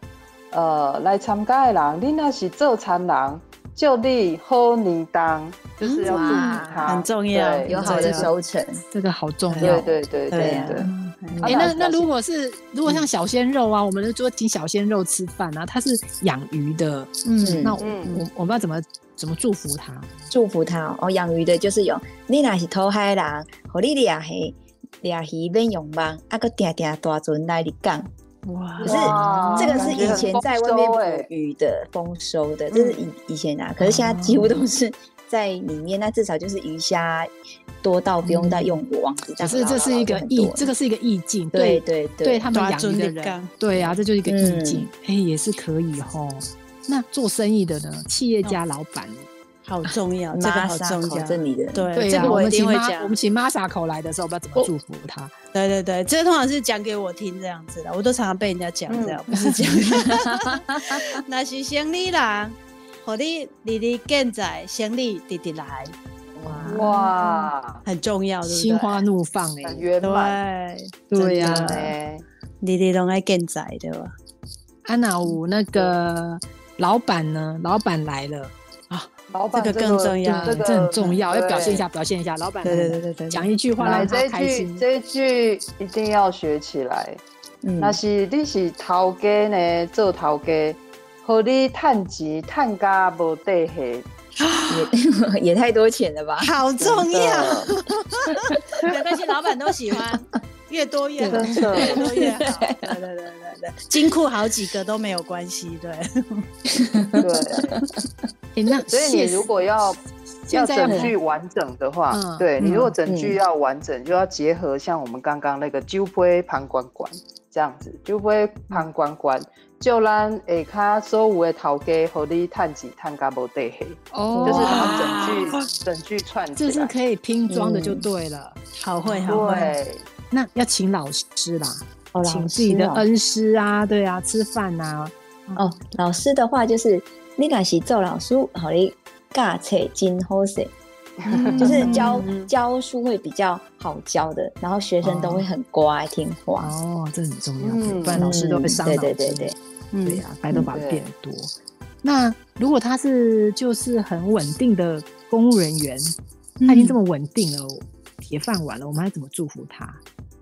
[SPEAKER 4] 呃，来参加的人，你那是做产人，就你好年当，
[SPEAKER 2] 嗯
[SPEAKER 4] 就是要注意他，
[SPEAKER 5] 很重要
[SPEAKER 4] 对
[SPEAKER 3] 有好的
[SPEAKER 5] 对
[SPEAKER 3] 收成，
[SPEAKER 2] 这个好重
[SPEAKER 5] 对
[SPEAKER 2] 要
[SPEAKER 4] 对。对对
[SPEAKER 5] 对
[SPEAKER 4] 对
[SPEAKER 5] 呀
[SPEAKER 4] 对。
[SPEAKER 5] 嗯
[SPEAKER 4] 啊
[SPEAKER 2] 哎、那
[SPEAKER 4] 那
[SPEAKER 2] 那
[SPEAKER 4] 表示
[SPEAKER 2] 如果是如果像小鲜肉啊，我们的桌请小鲜肉吃饭啊，他是养鱼的，
[SPEAKER 3] 嗯
[SPEAKER 2] 那我、
[SPEAKER 4] 嗯
[SPEAKER 2] 我我们要怎么怎么祝福他？
[SPEAKER 3] 祝福他哦。哦，养鱼的就是有，你若是偷海人，互你掠鱼，掠鱼免用网，啊，搁定定大船来你港。
[SPEAKER 5] 哇，
[SPEAKER 3] 可是
[SPEAKER 4] 哇
[SPEAKER 3] 这个是
[SPEAKER 4] 感觉
[SPEAKER 3] 以
[SPEAKER 4] 很
[SPEAKER 3] 前
[SPEAKER 4] 丰
[SPEAKER 3] 在外面
[SPEAKER 4] 收
[SPEAKER 3] 捕
[SPEAKER 4] 欸
[SPEAKER 3] 鱼的丰收的，这是以以前啊，可是现在几乎都是在里面，那至少就是鱼虾多到不用再用网子这
[SPEAKER 2] 可是
[SPEAKER 3] 样捞捞捞
[SPEAKER 2] 这
[SPEAKER 3] 就
[SPEAKER 2] 哦
[SPEAKER 3] 很多了。
[SPEAKER 2] 是一个意，这个是一个意境，
[SPEAKER 3] 对
[SPEAKER 2] 对
[SPEAKER 3] 对
[SPEAKER 2] 对他们
[SPEAKER 5] 抓
[SPEAKER 2] 养鱼
[SPEAKER 5] 准
[SPEAKER 2] 的
[SPEAKER 5] 你干
[SPEAKER 2] 人，对呀、啊，这就是一个意
[SPEAKER 3] 嗯
[SPEAKER 2] 境，哎、也是可以吼。那做生意的呢，企业家老板，
[SPEAKER 5] 好重要，这个
[SPEAKER 3] 妈
[SPEAKER 5] 好
[SPEAKER 3] 沙
[SPEAKER 5] 重
[SPEAKER 3] 口
[SPEAKER 5] 要，
[SPEAKER 3] 这里的
[SPEAKER 5] 对
[SPEAKER 2] 对
[SPEAKER 5] 这
[SPEAKER 2] 呀、
[SPEAKER 5] 个
[SPEAKER 2] 我
[SPEAKER 5] 一
[SPEAKER 2] 们
[SPEAKER 5] 定
[SPEAKER 2] 请
[SPEAKER 5] 会
[SPEAKER 2] 妈，我
[SPEAKER 5] 讲
[SPEAKER 2] 们。请妈傻口来的时候，我们要怎么
[SPEAKER 5] 我
[SPEAKER 2] 祝福他？
[SPEAKER 5] 对对对，这通常是讲给我听这样子的，我都常常被人家讲这样，不是讲。那是生理人，和你日日健在，生理直直来，
[SPEAKER 4] 哇，
[SPEAKER 5] 很重要，对不对？
[SPEAKER 2] 心花怒放、
[SPEAKER 4] 很
[SPEAKER 2] 哎，
[SPEAKER 4] 圆满
[SPEAKER 5] 对，
[SPEAKER 2] 对啊呀、
[SPEAKER 5] 真的
[SPEAKER 4] 哎，
[SPEAKER 5] 日日拢爱健在，对吧？
[SPEAKER 2] 安娜五那个老板呢？老板来了，
[SPEAKER 4] 老板
[SPEAKER 5] 这个更重要
[SPEAKER 4] 啊这
[SPEAKER 2] 对，
[SPEAKER 4] 个
[SPEAKER 2] 这很重要，要
[SPEAKER 4] 对
[SPEAKER 2] 表现一下，表现一下。老板来
[SPEAKER 5] 对
[SPEAKER 2] 了
[SPEAKER 5] 对对对对，
[SPEAKER 2] 讲一句话
[SPEAKER 4] 来
[SPEAKER 2] 让
[SPEAKER 4] 这
[SPEAKER 2] 他
[SPEAKER 4] 一
[SPEAKER 2] 开
[SPEAKER 4] 句，
[SPEAKER 2] 心。
[SPEAKER 4] 这一句一定要学起来。
[SPEAKER 3] 嗯
[SPEAKER 4] 那、是你是头家呢，做头家，和你趁钱趁家无底气，
[SPEAKER 3] 也 也太多钱了吧？
[SPEAKER 5] 好重
[SPEAKER 4] 真
[SPEAKER 5] 要，
[SPEAKER 4] 的
[SPEAKER 5] 没关系，老板都喜欢，越多越好，
[SPEAKER 4] 真的
[SPEAKER 5] 越多越好。 对对对对对，金库好几个都没有关系，对，
[SPEAKER 4] 对。
[SPEAKER 2] 哎，那
[SPEAKER 4] 所以你如果要
[SPEAKER 2] 现
[SPEAKER 4] 要
[SPEAKER 2] 在要
[SPEAKER 4] 整句完整的话，
[SPEAKER 2] 嗯
[SPEAKER 4] 对你如果
[SPEAKER 5] 嗯
[SPEAKER 4] 整句要完整，就要结合像我们刚刚那个酒杯旁观观这样子，酒杯旁观观，就咱下骹所有的头家，互你趁钱趁甲无底黑，
[SPEAKER 2] 哦，
[SPEAKER 4] 就是把
[SPEAKER 5] 哇
[SPEAKER 4] 它整句整句串起
[SPEAKER 2] 这是
[SPEAKER 4] 来。
[SPEAKER 2] 可以拼装的，就对了。
[SPEAKER 5] 好会好会，
[SPEAKER 4] 对，
[SPEAKER 2] 那要请老师啦，
[SPEAKER 3] 哦
[SPEAKER 2] 请自己的恩师啊，对啊，吃饭啊，
[SPEAKER 3] 哦，老师的话就是你若是做老师，好你教册真好势， 就是教、
[SPEAKER 5] 嗯
[SPEAKER 3] 教书会比较好教的，然后学生都会很乖、听话。
[SPEAKER 2] 哦，这很重要，
[SPEAKER 4] 嗯
[SPEAKER 2] 不然老师都会伤脑
[SPEAKER 3] 对
[SPEAKER 2] 筋。
[SPEAKER 3] 对对对，
[SPEAKER 2] 对
[SPEAKER 5] 嗯，
[SPEAKER 2] 呀、白头发
[SPEAKER 4] 嗯
[SPEAKER 2] 变多。那如果他是就是很稳定的公务人员，
[SPEAKER 5] 嗯
[SPEAKER 2] 他已经这么稳定了，铁饭碗了，我们还怎么祝福他？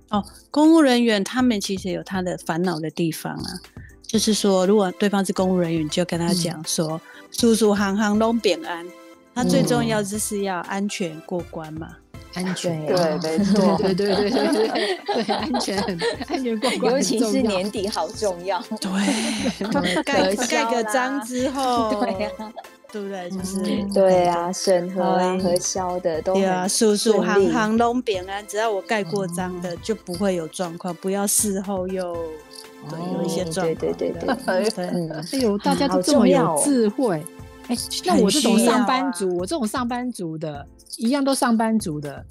[SPEAKER 5] 哦，公务人员他们其实有他的烦恼的地方啊，就是说，如果对方是公务人员，你就跟他讲说，叔叔行行拢平安。他最重要就是要安全过关嘛，
[SPEAKER 2] 安全，
[SPEAKER 3] 对
[SPEAKER 4] 对，没错，
[SPEAKER 2] 对对对对对对对，安全很安全过关
[SPEAKER 3] 尤
[SPEAKER 2] 很
[SPEAKER 3] 其
[SPEAKER 2] 重
[SPEAKER 3] 是
[SPEAKER 2] 要
[SPEAKER 3] 年底好重要。
[SPEAKER 5] 对，对盖
[SPEAKER 3] 核销
[SPEAKER 5] 盖个
[SPEAKER 3] 啦
[SPEAKER 5] 章之后，
[SPEAKER 3] 对呀、
[SPEAKER 5] 对不对？就是
[SPEAKER 2] 嗯
[SPEAKER 3] 对啊，审核啊、
[SPEAKER 5] 哎
[SPEAKER 3] 核销的都
[SPEAKER 5] 对啊，
[SPEAKER 3] 很
[SPEAKER 5] 叔叔
[SPEAKER 3] 顺
[SPEAKER 5] 行
[SPEAKER 3] 利嗯
[SPEAKER 5] 行拢平安，只要我盖过章的，就不会有状况，不要事后又对有一些
[SPEAKER 3] 哦
[SPEAKER 5] 状况。
[SPEAKER 3] 对对对对
[SPEAKER 5] 对对，
[SPEAKER 3] 嗯，
[SPEAKER 2] 哎呦，大家
[SPEAKER 3] 好
[SPEAKER 2] 都这
[SPEAKER 3] 重
[SPEAKER 2] 么
[SPEAKER 3] 要
[SPEAKER 2] 有
[SPEAKER 3] 哦
[SPEAKER 2] 智慧。哎、那
[SPEAKER 5] 很
[SPEAKER 2] 我这种
[SPEAKER 5] 需要
[SPEAKER 2] 上班族，我这种上班族的，一样都上班族的，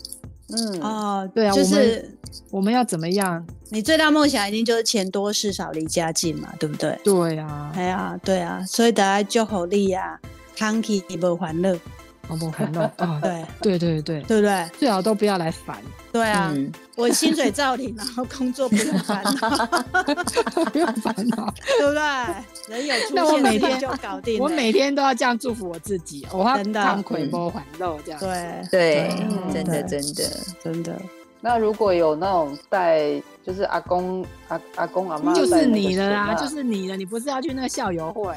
[SPEAKER 3] 嗯，
[SPEAKER 5] 哦，
[SPEAKER 2] 对啊
[SPEAKER 5] 就
[SPEAKER 2] 我们
[SPEAKER 5] 是
[SPEAKER 2] 我们要怎么样？
[SPEAKER 5] 你最大梦想一定就是钱多事少离家近嘛，对不对？
[SPEAKER 2] 对啊，
[SPEAKER 5] 哎呀，对啊，所以大家就好力啊，康体不欢乐，
[SPEAKER 2] 我们烦恼啊， 对
[SPEAKER 5] 对
[SPEAKER 2] 对对，
[SPEAKER 5] 对不对？
[SPEAKER 2] 最好都不要来烦，
[SPEAKER 5] 对啊，
[SPEAKER 3] 嗯
[SPEAKER 5] 我薪水照领，然后工作不用烦恼，
[SPEAKER 2] 不用烦恼。
[SPEAKER 5] 对不对？人有出
[SPEAKER 2] 那我
[SPEAKER 5] 现
[SPEAKER 2] 每
[SPEAKER 5] 事情
[SPEAKER 2] 天
[SPEAKER 5] 就搞定了，
[SPEAKER 2] 我每天都要这样祝福我自己，我怕
[SPEAKER 5] 真的
[SPEAKER 2] 看葵波还肉这样。
[SPEAKER 5] 对
[SPEAKER 3] 对
[SPEAKER 4] 嗯，
[SPEAKER 3] 真的
[SPEAKER 5] 对
[SPEAKER 3] 真的，
[SPEAKER 5] 真的
[SPEAKER 4] 那如果有那种带，就是阿公、阿阿公、阿妈，
[SPEAKER 2] 就是你了
[SPEAKER 4] 啊
[SPEAKER 2] 啦，就是你了，你不是要去那个校友会？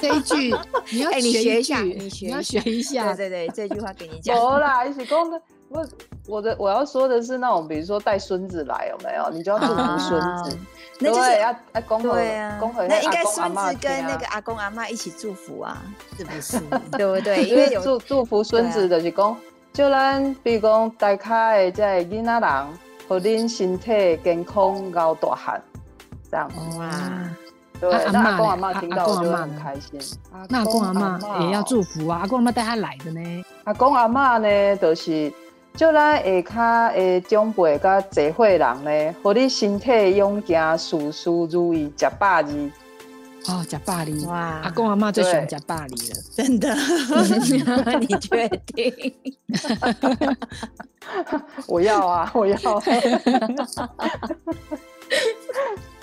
[SPEAKER 2] 这一句你要
[SPEAKER 3] 哎你
[SPEAKER 2] 学
[SPEAKER 3] 学
[SPEAKER 2] 一
[SPEAKER 3] 一下
[SPEAKER 2] 句
[SPEAKER 3] 你学
[SPEAKER 2] 你要
[SPEAKER 3] 一
[SPEAKER 2] 学一下
[SPEAKER 3] 对对对，这句话给你讲，
[SPEAKER 4] 无啦，伊是讲，不，我的我要说的是那种，比如说带孙子来有没有？你就要祝
[SPEAKER 2] 啊
[SPEAKER 4] 福孙子，
[SPEAKER 6] 那就是
[SPEAKER 4] 对要要恭贺
[SPEAKER 6] 对啊
[SPEAKER 4] 恭贺，一下
[SPEAKER 6] 那应该
[SPEAKER 4] 阿公阿
[SPEAKER 6] 孙
[SPEAKER 4] 嬷啊
[SPEAKER 6] 子跟
[SPEAKER 3] 啊
[SPEAKER 4] 听
[SPEAKER 6] 那个阿公阿妈一起祝福啊，
[SPEAKER 2] 是不 是？
[SPEAKER 6] 对不对？因
[SPEAKER 4] 因
[SPEAKER 6] 为
[SPEAKER 4] 为
[SPEAKER 6] 有
[SPEAKER 4] 祝祝福孙子
[SPEAKER 2] 啊
[SPEAKER 4] 就是讲，就咱比如讲大家的这个囡仔人，互恁身体健康到大汉，这样。
[SPEAKER 6] 哇，
[SPEAKER 4] 对
[SPEAKER 2] 啊，
[SPEAKER 4] 那
[SPEAKER 2] 阿
[SPEAKER 4] 阿公
[SPEAKER 2] 嬷
[SPEAKER 4] 阿
[SPEAKER 2] 嘞
[SPEAKER 4] 妈
[SPEAKER 2] 阿
[SPEAKER 4] 听
[SPEAKER 2] 阿
[SPEAKER 4] 到
[SPEAKER 2] 公阿
[SPEAKER 4] 我就会
[SPEAKER 2] 嬷
[SPEAKER 4] 很
[SPEAKER 2] 呢
[SPEAKER 4] 开心。
[SPEAKER 2] 那阿公阿
[SPEAKER 4] 嬷
[SPEAKER 2] 妈也要
[SPEAKER 4] 哦
[SPEAKER 2] 祝福啊，阿公阿妈带他来的呢。
[SPEAKER 4] 阿公阿嬷呢，就是就咱下骹的长辈甲坐伙人呢，互你身体勇健，事事如意，食百二。
[SPEAKER 2] 哦，假巴黎，
[SPEAKER 6] 哇
[SPEAKER 2] 阿公阿妈最喜欢
[SPEAKER 4] 对
[SPEAKER 2] 假巴黎了。
[SPEAKER 5] 真的，
[SPEAKER 6] 你确定？
[SPEAKER 4] 我要啊，我要。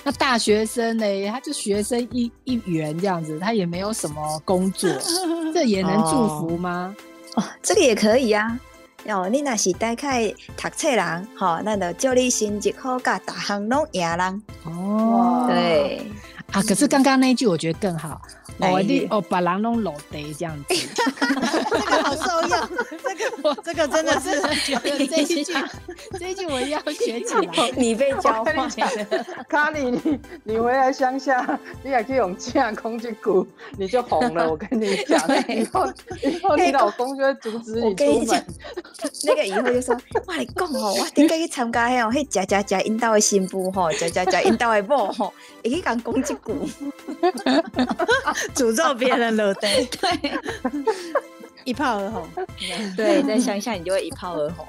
[SPEAKER 2] 那大学生呢？他就学生一一员这样子，他也没有什么工作，这也能祝福吗？
[SPEAKER 6] 哦，这个也可以啊。哦，你若是大概读册人，吼、咱就叫你成绩好，甲大项拢赢人。
[SPEAKER 2] 哦，
[SPEAKER 6] 对，
[SPEAKER 2] 啊，可是刚刚那一句我觉得更好，
[SPEAKER 6] 哪
[SPEAKER 2] 哦，
[SPEAKER 6] 一句
[SPEAKER 2] 你哦把狼弄老得这样子，
[SPEAKER 6] 这个好受用，这个
[SPEAKER 5] 这个真的是
[SPEAKER 2] 觉得这一句这一句我要学起来。
[SPEAKER 6] 你被教
[SPEAKER 4] 我
[SPEAKER 6] 坏
[SPEAKER 4] 跟你讲
[SPEAKER 6] 了。
[SPEAKER 4] 咖喱，你你回来乡下，你也可以用这样空气鼓，你就红了。我跟你讲，以后以后你老公就会阻止
[SPEAKER 6] 我
[SPEAKER 4] 你
[SPEAKER 6] 跟
[SPEAKER 4] 出
[SPEAKER 6] 你讲
[SPEAKER 4] 门。，
[SPEAKER 6] 那个以后就说，我跟你讲吼，我顶过去参加迄哦，迄食食食因兜的新妇吼，食食食因兜的某 吼，会去共讲一句，
[SPEAKER 5] 诅咒别人了， 对，
[SPEAKER 6] 对
[SPEAKER 5] 一炮而红。
[SPEAKER 6] 对，在乡下你就会一炮而红。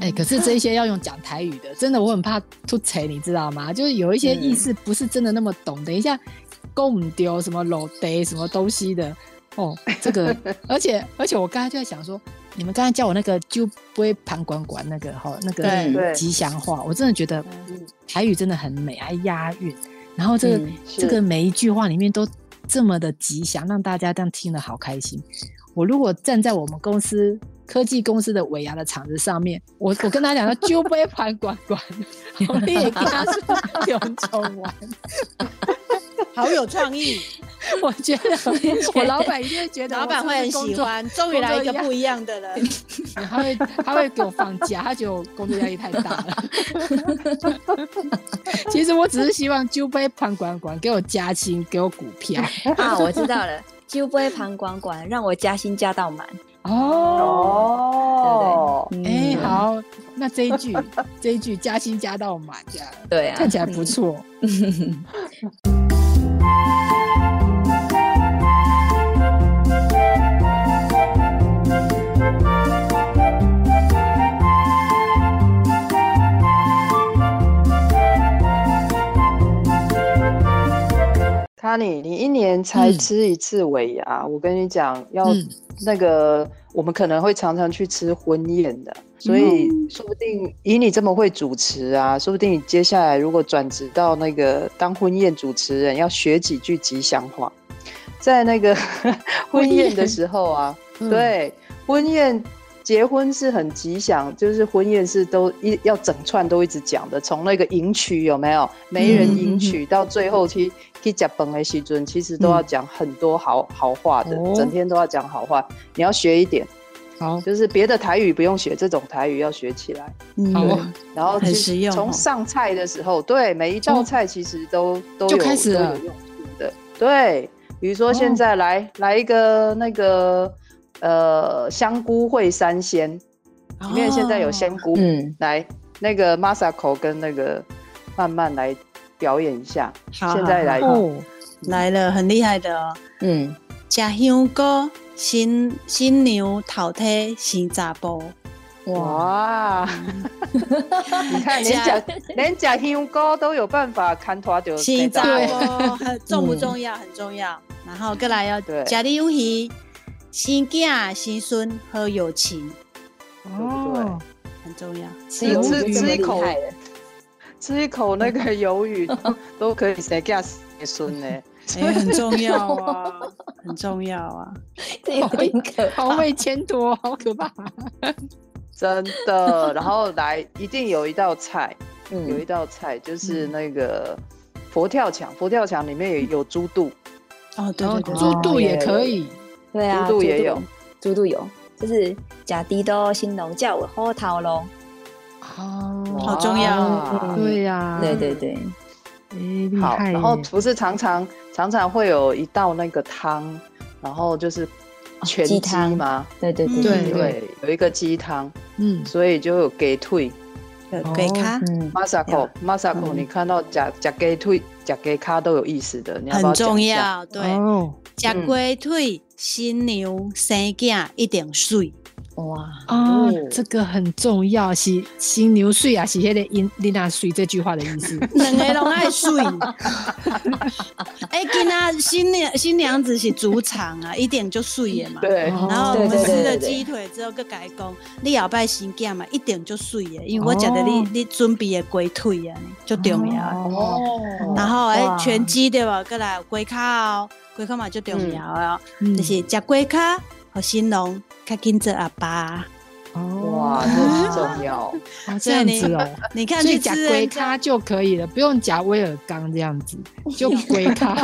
[SPEAKER 2] 哎、可是这些要用讲台语的，真的我很怕吐槽，你知道吗？就是有一些意思不是真的那么懂，等一下勾唔丢什么老得什么东西的哦，这个，而且而且我刚才就在想说，你们刚才叫我那个就不会盘管管那个哈、那
[SPEAKER 5] 对
[SPEAKER 2] 个
[SPEAKER 4] 对
[SPEAKER 2] 吉祥话，我真的觉得
[SPEAKER 4] 嗯
[SPEAKER 2] 台语真的很美，还押韵，然后这个、
[SPEAKER 6] 嗯
[SPEAKER 4] 是
[SPEAKER 2] 这个每一句话里面都这么的吉祥，让大家这样听了好开心。我如果站在我们公司科技公司的尾牙的场子上面，我我跟他讲说“酒杯盘管 管”，我也跟他说“永久玩
[SPEAKER 5] 好有 创意，”，
[SPEAKER 2] 我觉 得我老板一定会觉得
[SPEAKER 5] 老板会很喜，欢。终于来一个不一样的了，
[SPEAKER 2] 我是不是工作他会他会给我放假，他觉得我工作压力太大了。 其实我只是希望“酒杯盘管管”给我加薪，给我股票
[SPEAKER 6] 啊，我知道了，酒杯旁管管，让我加薪加到满。
[SPEAKER 2] 哦。
[SPEAKER 4] 哦，
[SPEAKER 6] 嗯
[SPEAKER 2] 哎、，好，那这一句这一句加薪加到满，这样
[SPEAKER 6] 对啊
[SPEAKER 2] 看，起来不错。
[SPEAKER 4] 咖喱，你一年才
[SPEAKER 2] 嗯
[SPEAKER 4] 吃一次尾牙，我跟你讲，要
[SPEAKER 2] 嗯
[SPEAKER 4] 那个我们可能会常常去吃婚宴的，所以说不定以你这么会主持啊，说不定你接下来如果转职到那个当婚宴主持人，要学几句吉祥话，在那个 婚宴的时候啊，
[SPEAKER 2] 嗯，
[SPEAKER 4] 对，婚宴结婚是很吉祥，就是婚宴是都一要整串都一直讲的，从那个迎娶有没有媒人迎
[SPEAKER 2] 嗯
[SPEAKER 4] 娶到最后去去讲本的西尊，其实都要讲很多好好话的，
[SPEAKER 2] 哦
[SPEAKER 4] 整天都要讲好话。你要学一点，
[SPEAKER 2] 好，哦
[SPEAKER 4] 就是别的台语不用学，这种台语要学起来。
[SPEAKER 2] 好
[SPEAKER 5] 嗯，
[SPEAKER 2] 哦，
[SPEAKER 4] 然后
[SPEAKER 5] 很
[SPEAKER 4] 其
[SPEAKER 5] 实
[SPEAKER 4] 实
[SPEAKER 5] 用哦
[SPEAKER 4] 从上菜的时候，对每一道
[SPEAKER 2] 哦
[SPEAKER 4] 菜其实都、都
[SPEAKER 2] 就
[SPEAKER 4] 有
[SPEAKER 2] 开始
[SPEAKER 4] 都
[SPEAKER 2] 了
[SPEAKER 4] 有用处的。对，比如说现
[SPEAKER 2] 哦
[SPEAKER 4] 在来、来一个那个呃香菇烩三鲜，里面现在有
[SPEAKER 5] 先
[SPEAKER 4] 鲜菇，
[SPEAKER 3] 嗯，
[SPEAKER 4] 来那个 Masako 跟那个慢慢来表演一下。
[SPEAKER 5] 好好
[SPEAKER 4] 现在来
[SPEAKER 2] 哦，
[SPEAKER 5] 来了，很厉害的哦。
[SPEAKER 3] 嗯，
[SPEAKER 5] 食香菇，新新娘头胎生查甫，
[SPEAKER 4] 哇！ 你看，连
[SPEAKER 5] 假
[SPEAKER 4] 假连假香菇都有办法看拖掉
[SPEAKER 5] 生查
[SPEAKER 2] 对
[SPEAKER 5] 甫很重不重要？很重要。然后过来要
[SPEAKER 4] 对
[SPEAKER 5] 食你有鱼，生囝生孙好有情，
[SPEAKER 2] 哦，
[SPEAKER 5] 很重要。
[SPEAKER 6] 吃鱿鱼就
[SPEAKER 4] 吃
[SPEAKER 6] 这么
[SPEAKER 4] 吃一口
[SPEAKER 6] 厉害了
[SPEAKER 4] 吃一口那个鱿鱼都都可以谁家谁孙呢？
[SPEAKER 5] 哎、很重要啊，很重要啊。
[SPEAKER 6] 这 有点可怕。
[SPEAKER 2] 好会牵拖，好可怕。
[SPEAKER 4] 真的。然后来，一定有一道菜，有一
[SPEAKER 3] 嗯，
[SPEAKER 4] 道菜就是那个佛跳墙，佛跳墙里面也有猪肚，
[SPEAKER 5] 哦，对
[SPEAKER 2] 然后
[SPEAKER 5] 对对，
[SPEAKER 2] 猪肚也
[SPEAKER 4] 对
[SPEAKER 2] 可以，
[SPEAKER 6] 对啊，
[SPEAKER 4] 猪肚也有，
[SPEAKER 6] 猪肚有，
[SPEAKER 3] 就是假低都新农叫我后头龙。
[SPEAKER 2] 哦，
[SPEAKER 5] 好重要
[SPEAKER 4] 哇
[SPEAKER 2] 对呀，
[SPEAKER 3] 对对对，
[SPEAKER 2] 哎，厉
[SPEAKER 4] 好，
[SPEAKER 2] 害耶。
[SPEAKER 4] 然后不是常常常常会有一道那个汤，然后就是全
[SPEAKER 3] 鸡
[SPEAKER 4] 鸡
[SPEAKER 3] 汤
[SPEAKER 4] 嘛，
[SPEAKER 3] 对对对
[SPEAKER 2] 对
[SPEAKER 4] 嗯对，有一个鸡汤，
[SPEAKER 2] 嗯，
[SPEAKER 4] 所以就有给退。
[SPEAKER 2] 哦
[SPEAKER 5] 有给咖，
[SPEAKER 3] 嗯，
[SPEAKER 4] Masako Masako，、
[SPEAKER 3] 嗯
[SPEAKER 4] 你看到假假给退假给咖都有意思的，你要不要
[SPEAKER 5] 很
[SPEAKER 4] 讲
[SPEAKER 5] 重
[SPEAKER 4] 一下？
[SPEAKER 5] 要。对，
[SPEAKER 2] 哦，
[SPEAKER 5] 食鸡腿、新娘、生囝一定水。
[SPEAKER 3] 哇，
[SPEAKER 2] 啊
[SPEAKER 4] 哦，
[SPEAKER 2] 这个很重要，是“新牛水啊，是那个“因丽娜水”这句话的意思。
[SPEAKER 5] 两个拢爱水。哎、今仔新娘新娘子是主场啊，一定就水的嘛。
[SPEAKER 4] 对，
[SPEAKER 2] 哦
[SPEAKER 5] 然后我们
[SPEAKER 3] 对对对
[SPEAKER 5] 吃了
[SPEAKER 3] 对对
[SPEAKER 5] 鸡腿之后，佮伊讲，你后摆新囝嘛，一定就水的，因为我食着你、
[SPEAKER 2] 哦
[SPEAKER 5] 你准备的鸡腿啊，就重要的。
[SPEAKER 2] 哦，
[SPEAKER 3] 哦，
[SPEAKER 5] 然后哎
[SPEAKER 3] 哇，
[SPEAKER 5] 全鸡对吧？佮来龟脚哦，龟脚嘛就重要哦，
[SPEAKER 2] 嗯
[SPEAKER 5] 就是食龟脚，和新郎较紧做阿 爸。
[SPEAKER 2] 哦，
[SPEAKER 4] 哇，这很重要。
[SPEAKER 2] 哇，这样子 哦，
[SPEAKER 5] 你看
[SPEAKER 2] 所以
[SPEAKER 5] 去
[SPEAKER 2] 夹
[SPEAKER 5] 吃
[SPEAKER 2] 龟
[SPEAKER 5] 人家
[SPEAKER 2] 咖就可以了，不用夹威尔刚这样 子，就龟咖。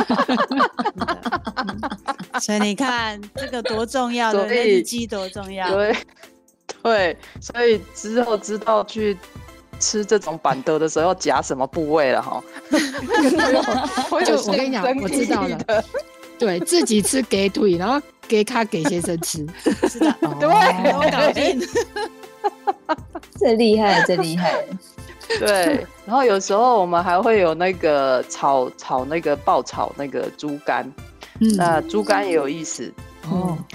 [SPEAKER 5] 所以你看这个多 重要，对
[SPEAKER 4] 所
[SPEAKER 5] 不
[SPEAKER 4] 以
[SPEAKER 5] 对？日记多重要，
[SPEAKER 4] 对 对，所以之后知道去吃这种板德的时候要夹什么部位 了哈。我
[SPEAKER 2] 就我跟你讲我知道了 对自己吃给腿，然后给咖给先生 吃。哦
[SPEAKER 5] 是的，哦
[SPEAKER 4] 对
[SPEAKER 5] 都搞定。
[SPEAKER 3] 这厉害，这厉害，
[SPEAKER 4] 对，然后有时候我们还会有那个炒炒那个爆炒那个猪肝，
[SPEAKER 2] 嗯，
[SPEAKER 4] 那猪肝也有意思，
[SPEAKER 2] 哦，
[SPEAKER 3] 嗯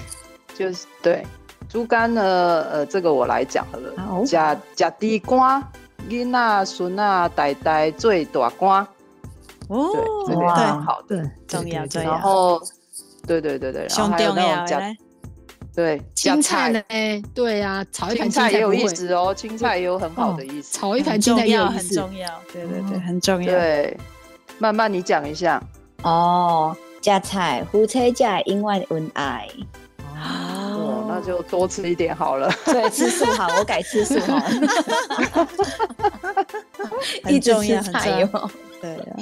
[SPEAKER 4] 就是对猪肝呢，呃，这个我来讲好
[SPEAKER 3] 嗯好
[SPEAKER 4] 了，假假地瓜，囡仔孙啊，呆呆最大瓜，
[SPEAKER 5] 哦
[SPEAKER 4] 对，这个也
[SPEAKER 3] 哇
[SPEAKER 4] 蛮好的。
[SPEAKER 5] 重要重
[SPEAKER 4] 然
[SPEAKER 5] 要，
[SPEAKER 4] 后，对对对对，然后
[SPEAKER 5] 上
[SPEAKER 4] 还有
[SPEAKER 2] 哦
[SPEAKER 5] 重
[SPEAKER 4] 那
[SPEAKER 5] 要
[SPEAKER 4] 种
[SPEAKER 5] 的
[SPEAKER 4] 假
[SPEAKER 5] 嘞，
[SPEAKER 4] 对
[SPEAKER 2] 啊青
[SPEAKER 4] 夹
[SPEAKER 2] 菜呢？哎，对啊，炒一盘
[SPEAKER 4] 青
[SPEAKER 2] 菜
[SPEAKER 4] 菜也有
[SPEAKER 2] 不
[SPEAKER 4] 意
[SPEAKER 2] 会哦
[SPEAKER 4] 思哦，青菜也有很好的意思。
[SPEAKER 2] 炒一盘
[SPEAKER 5] 很
[SPEAKER 2] 青菜
[SPEAKER 5] 重
[SPEAKER 2] 也有
[SPEAKER 5] 要
[SPEAKER 2] 意
[SPEAKER 5] 很
[SPEAKER 2] 思。
[SPEAKER 5] 重要，对对对，很重
[SPEAKER 2] 啊
[SPEAKER 5] 要。
[SPEAKER 4] 对，慢慢你讲一下。
[SPEAKER 3] 哦，加菜，胡菜加永远恩爱，
[SPEAKER 4] 哦，那就多吃一点好了。
[SPEAKER 3] 对，吃素好，我改吃素好，一直吃
[SPEAKER 5] 很重要，很重
[SPEAKER 3] 菜哦
[SPEAKER 5] 要。
[SPEAKER 3] 哟，
[SPEAKER 5] 对啊，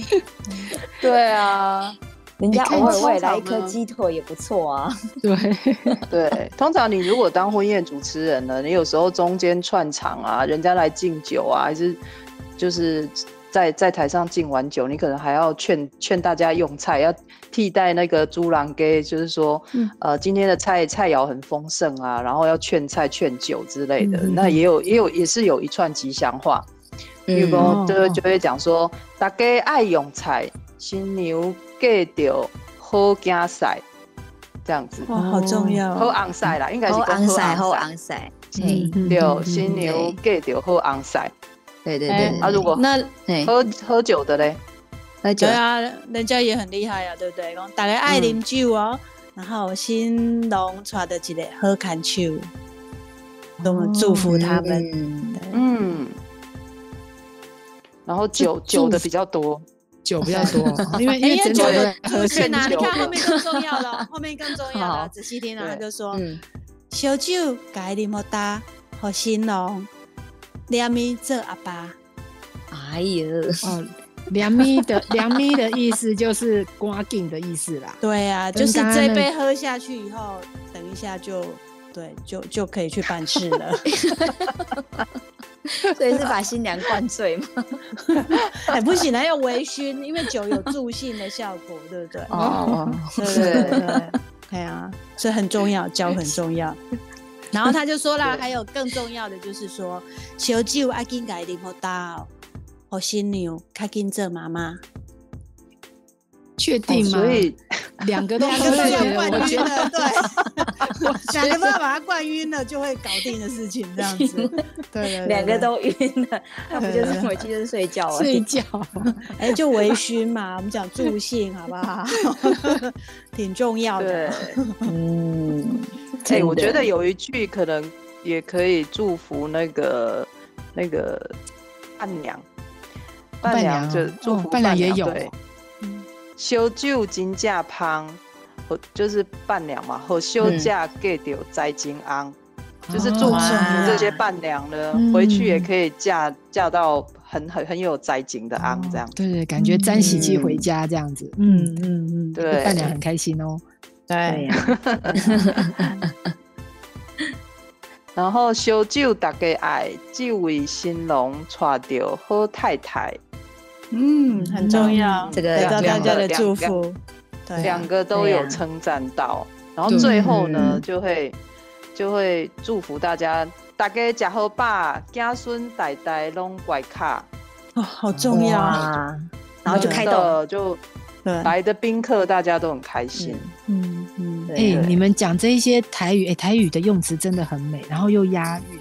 [SPEAKER 4] 对啊，
[SPEAKER 3] 人家
[SPEAKER 2] 你看
[SPEAKER 3] 偶尔
[SPEAKER 4] 通
[SPEAKER 3] 喂来一
[SPEAKER 4] 常
[SPEAKER 3] 颗
[SPEAKER 4] 呢
[SPEAKER 3] 鸡腿也不错啊，
[SPEAKER 2] 对，
[SPEAKER 4] 对，通常你如果当婚宴主持人呢，你有时候中间串场啊，人家来敬酒啊，还是就是在在台上敬完酒，你可能还要劝劝大家用菜，要替代那个猪郎给，就是说，
[SPEAKER 2] 嗯
[SPEAKER 4] 呃，今天的菜菜肴很丰盛啊，然后要劝菜劝酒之类的，
[SPEAKER 2] 嗯嗯
[SPEAKER 4] 那也有也有也是有一串吉祥话，比如
[SPEAKER 2] 哦
[SPEAKER 4] 说就会就会讲说，大家爱用菜，新娘嫁到好囝婿，这样子。
[SPEAKER 5] 哇，好重要
[SPEAKER 4] 好
[SPEAKER 5] 哦，
[SPEAKER 4] 昂晒啦，应该是
[SPEAKER 6] 好
[SPEAKER 4] 讲
[SPEAKER 6] 昂塞，
[SPEAKER 3] 哦
[SPEAKER 4] 好
[SPEAKER 6] 好
[SPEAKER 4] 昂
[SPEAKER 6] 昂塞，
[SPEAKER 4] 哎
[SPEAKER 3] 嘿
[SPEAKER 2] 嗯
[SPEAKER 4] 对，新牛
[SPEAKER 6] 嗯
[SPEAKER 4] get 到好昂塞。
[SPEAKER 6] 对对
[SPEAKER 5] 哎
[SPEAKER 6] 对。
[SPEAKER 4] 啊，如果
[SPEAKER 5] 那
[SPEAKER 6] 对
[SPEAKER 4] 喝喝酒的嘞，
[SPEAKER 6] 喝酒
[SPEAKER 5] 对啊，人家也很厉害啊，对不对？讲大家爱啉酒哦，然后新郎带的一个好看手，我们祝福他们。
[SPEAKER 6] 嗯，
[SPEAKER 4] 嗯，然后酒酒的比较多，
[SPEAKER 2] 酒比较多，哦因为因
[SPEAKER 5] 哎
[SPEAKER 2] 为
[SPEAKER 5] 因为
[SPEAKER 2] 整
[SPEAKER 5] 酒
[SPEAKER 2] 场都
[SPEAKER 5] 的
[SPEAKER 2] 在喝
[SPEAKER 5] 主持
[SPEAKER 2] 酒
[SPEAKER 5] 人啊，你
[SPEAKER 4] 酒
[SPEAKER 5] 看后面更重要了，后面更重要
[SPEAKER 6] 好
[SPEAKER 5] 了，仔细听啊，他
[SPEAKER 4] 对
[SPEAKER 5] 就说
[SPEAKER 6] 嗯，
[SPEAKER 5] 小酒该啉莫大，和新郎念咪做阿爸，
[SPEAKER 6] 哎呀，
[SPEAKER 2] 哦，两米的 两米的意思就是瓜劲的意思啦。
[SPEAKER 5] 对啊，
[SPEAKER 2] 跟
[SPEAKER 5] 就是
[SPEAKER 2] 刚刚
[SPEAKER 5] 这
[SPEAKER 2] 那
[SPEAKER 5] 杯喝下去以后，等一下就对，就就可以去办事了。
[SPEAKER 6] 所以是把新娘灌醉嘛？
[SPEAKER 5] 哎，不行啊，要微醺，因为酒有助兴的效果，对不对？
[SPEAKER 6] 哦，
[SPEAKER 5] 对对对对，对啊，所以很重要，酒很重要。然后他就 说啦，还有更重要的就是说，小酒爱紧家啉好大，和新娘较紧做 妈妈。
[SPEAKER 2] 确
[SPEAKER 4] 哦
[SPEAKER 2] 定吗？
[SPEAKER 4] 所以
[SPEAKER 2] 两个都
[SPEAKER 6] 啊
[SPEAKER 5] 两
[SPEAKER 2] 喝
[SPEAKER 5] 个都
[SPEAKER 2] 醉
[SPEAKER 5] 要
[SPEAKER 2] 了，我
[SPEAKER 5] 灌
[SPEAKER 2] 觉
[SPEAKER 5] 晕
[SPEAKER 2] 得
[SPEAKER 5] 了，对，两个都要把它灌晕了，就会搞定的事情，这样子。对对对，
[SPEAKER 6] 两个
[SPEAKER 5] 对
[SPEAKER 6] 都晕了，那不就是回去就是睡
[SPEAKER 3] 啊
[SPEAKER 6] 觉而
[SPEAKER 2] 睡
[SPEAKER 6] 已。
[SPEAKER 2] 觉。
[SPEAKER 5] 哎，就微醺嘛，我们讲助兴，好不好？ 挺重要
[SPEAKER 4] 对
[SPEAKER 5] 的。，啊
[SPEAKER 6] 嗯，
[SPEAKER 4] 哎，
[SPEAKER 6] 真
[SPEAKER 4] 我
[SPEAKER 6] 的
[SPEAKER 4] 觉得有一句可能也可以祝福那个那个伴娘，伴娘就
[SPEAKER 2] 哦
[SPEAKER 4] 祝福
[SPEAKER 2] 伴娘也有哦
[SPEAKER 4] 对，修酒金价胖，和就是伴娘嘛，和休
[SPEAKER 2] 嗯
[SPEAKER 4] 假 get 到栽金安。就是祝福
[SPEAKER 5] 哇
[SPEAKER 4] 这些伴娘呢，
[SPEAKER 2] 哦嗯
[SPEAKER 4] 回去也可以嫁嫁到很很很有宅景的昂这样
[SPEAKER 2] 哦。对对，感觉沾喜气回家这样子。嗯，
[SPEAKER 5] 嗯嗯，
[SPEAKER 4] 对，
[SPEAKER 2] 伴娘很开心哦。
[SPEAKER 5] 对
[SPEAKER 6] 对呀，
[SPEAKER 4] 然后烧酒大家爱，这位新郎娶到好太太，
[SPEAKER 5] 嗯，很重要，
[SPEAKER 6] 这个
[SPEAKER 5] 得到啊大
[SPEAKER 4] 两个
[SPEAKER 5] 家的
[SPEAKER 4] 两
[SPEAKER 5] 祝
[SPEAKER 4] 个
[SPEAKER 5] 福。对啊，啊
[SPEAKER 4] 两个都
[SPEAKER 6] 对
[SPEAKER 4] 有
[SPEAKER 6] 啊
[SPEAKER 4] 称赞到，然后
[SPEAKER 2] 对
[SPEAKER 4] 最后呢
[SPEAKER 6] 嗯
[SPEAKER 4] 就会就会祝福大家，大家吃好饱，子孙代代拢怪卡，
[SPEAKER 5] 哦，好重要啊！
[SPEAKER 6] 哇然后就开
[SPEAKER 4] 真
[SPEAKER 6] 动，
[SPEAKER 4] 的就
[SPEAKER 5] 对，
[SPEAKER 4] 来的宾客大家都很开心，
[SPEAKER 5] 嗯嗯，
[SPEAKER 2] 哎、
[SPEAKER 4] 对
[SPEAKER 2] 你们讲这一些台语，哎、台语的用词真的很美，然后又押韵，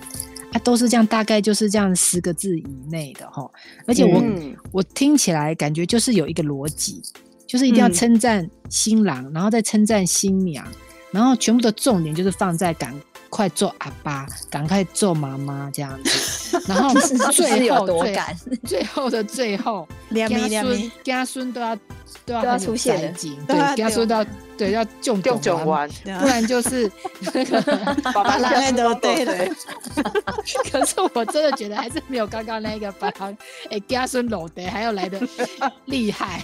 [SPEAKER 2] 啊，都是这样，大概就是这样十个字以内的哈。而且我、
[SPEAKER 4] 嗯
[SPEAKER 2] 我听起来感觉就是有一个逻辑，就是一定要
[SPEAKER 5] 嗯
[SPEAKER 2] 称赞新郎，然后再称赞新娘，然后全部的重点就是放在赶快做阿爸，赶快做妈妈这样子，然 后
[SPEAKER 6] 是不是
[SPEAKER 2] 最
[SPEAKER 6] 有
[SPEAKER 2] 后
[SPEAKER 6] 多
[SPEAKER 2] 最
[SPEAKER 6] 赶？
[SPEAKER 2] 最后的最后。
[SPEAKER 5] 两米
[SPEAKER 2] 家
[SPEAKER 5] 两米
[SPEAKER 2] 孙，家孙都要都要
[SPEAKER 6] 都要
[SPEAKER 2] 很有
[SPEAKER 6] 出现
[SPEAKER 2] 才
[SPEAKER 6] 了
[SPEAKER 2] 情
[SPEAKER 5] 都要
[SPEAKER 2] 对，家孙都要对要中
[SPEAKER 4] 就
[SPEAKER 2] 奖
[SPEAKER 4] 讲完，
[SPEAKER 5] 对啊
[SPEAKER 2] 不然就是那个
[SPEAKER 4] 把
[SPEAKER 2] 把
[SPEAKER 5] 拉面都对 了。
[SPEAKER 2] 可是我真的觉得还是没有刚刚那个把他哎家孙搂的还要来的厉害。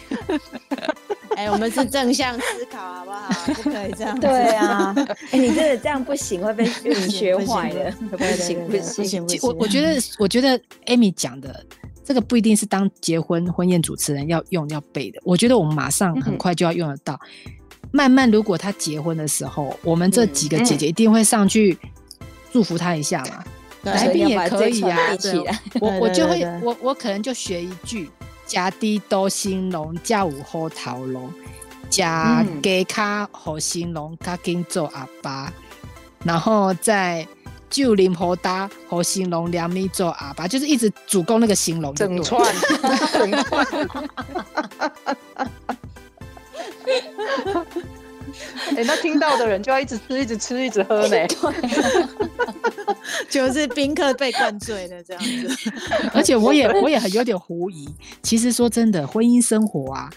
[SPEAKER 5] 哎，我们是正向思考，好不 好？不可以这样子。
[SPEAKER 6] 对啊，哎，你真的这样不行，会被被你
[SPEAKER 5] 不行
[SPEAKER 6] 学
[SPEAKER 5] 不行
[SPEAKER 6] 坏的，不
[SPEAKER 5] 对，
[SPEAKER 6] 行
[SPEAKER 5] 不
[SPEAKER 6] 不
[SPEAKER 5] 行不
[SPEAKER 6] 行。
[SPEAKER 5] 行不行！
[SPEAKER 2] 我我觉得我觉得 Amy 讲的这个不一定是当结婚婚宴主持人要用要背的，我觉得我们马上很快就要用得到。慢慢，如果他结婚的时候，我们这几个姐姐一定会上去祝福他一下嘛。
[SPEAKER 5] 对
[SPEAKER 2] 来宾也可以啊，
[SPEAKER 6] 所以要把这一串立起来
[SPEAKER 2] 对 我我
[SPEAKER 5] 对对
[SPEAKER 2] 就会
[SPEAKER 5] 对对
[SPEAKER 2] 我我可能就学一句：家低都兴隆，家午后桃龙，家
[SPEAKER 4] 嗯
[SPEAKER 2] 给卡好兴隆，卡紧做阿爸，然后再九零婆搭好兴隆，两米做阿爸，就是一直主攻那个兴隆就对
[SPEAKER 4] 整
[SPEAKER 2] 了，
[SPEAKER 4] 串整串，哎、那听到的人就要一直吃，一直吃，一直喝呢。
[SPEAKER 5] 就是宾客被灌醉了这样子。
[SPEAKER 2] 而且我也我也很有点狐疑。其实说真的，婚姻生活啊，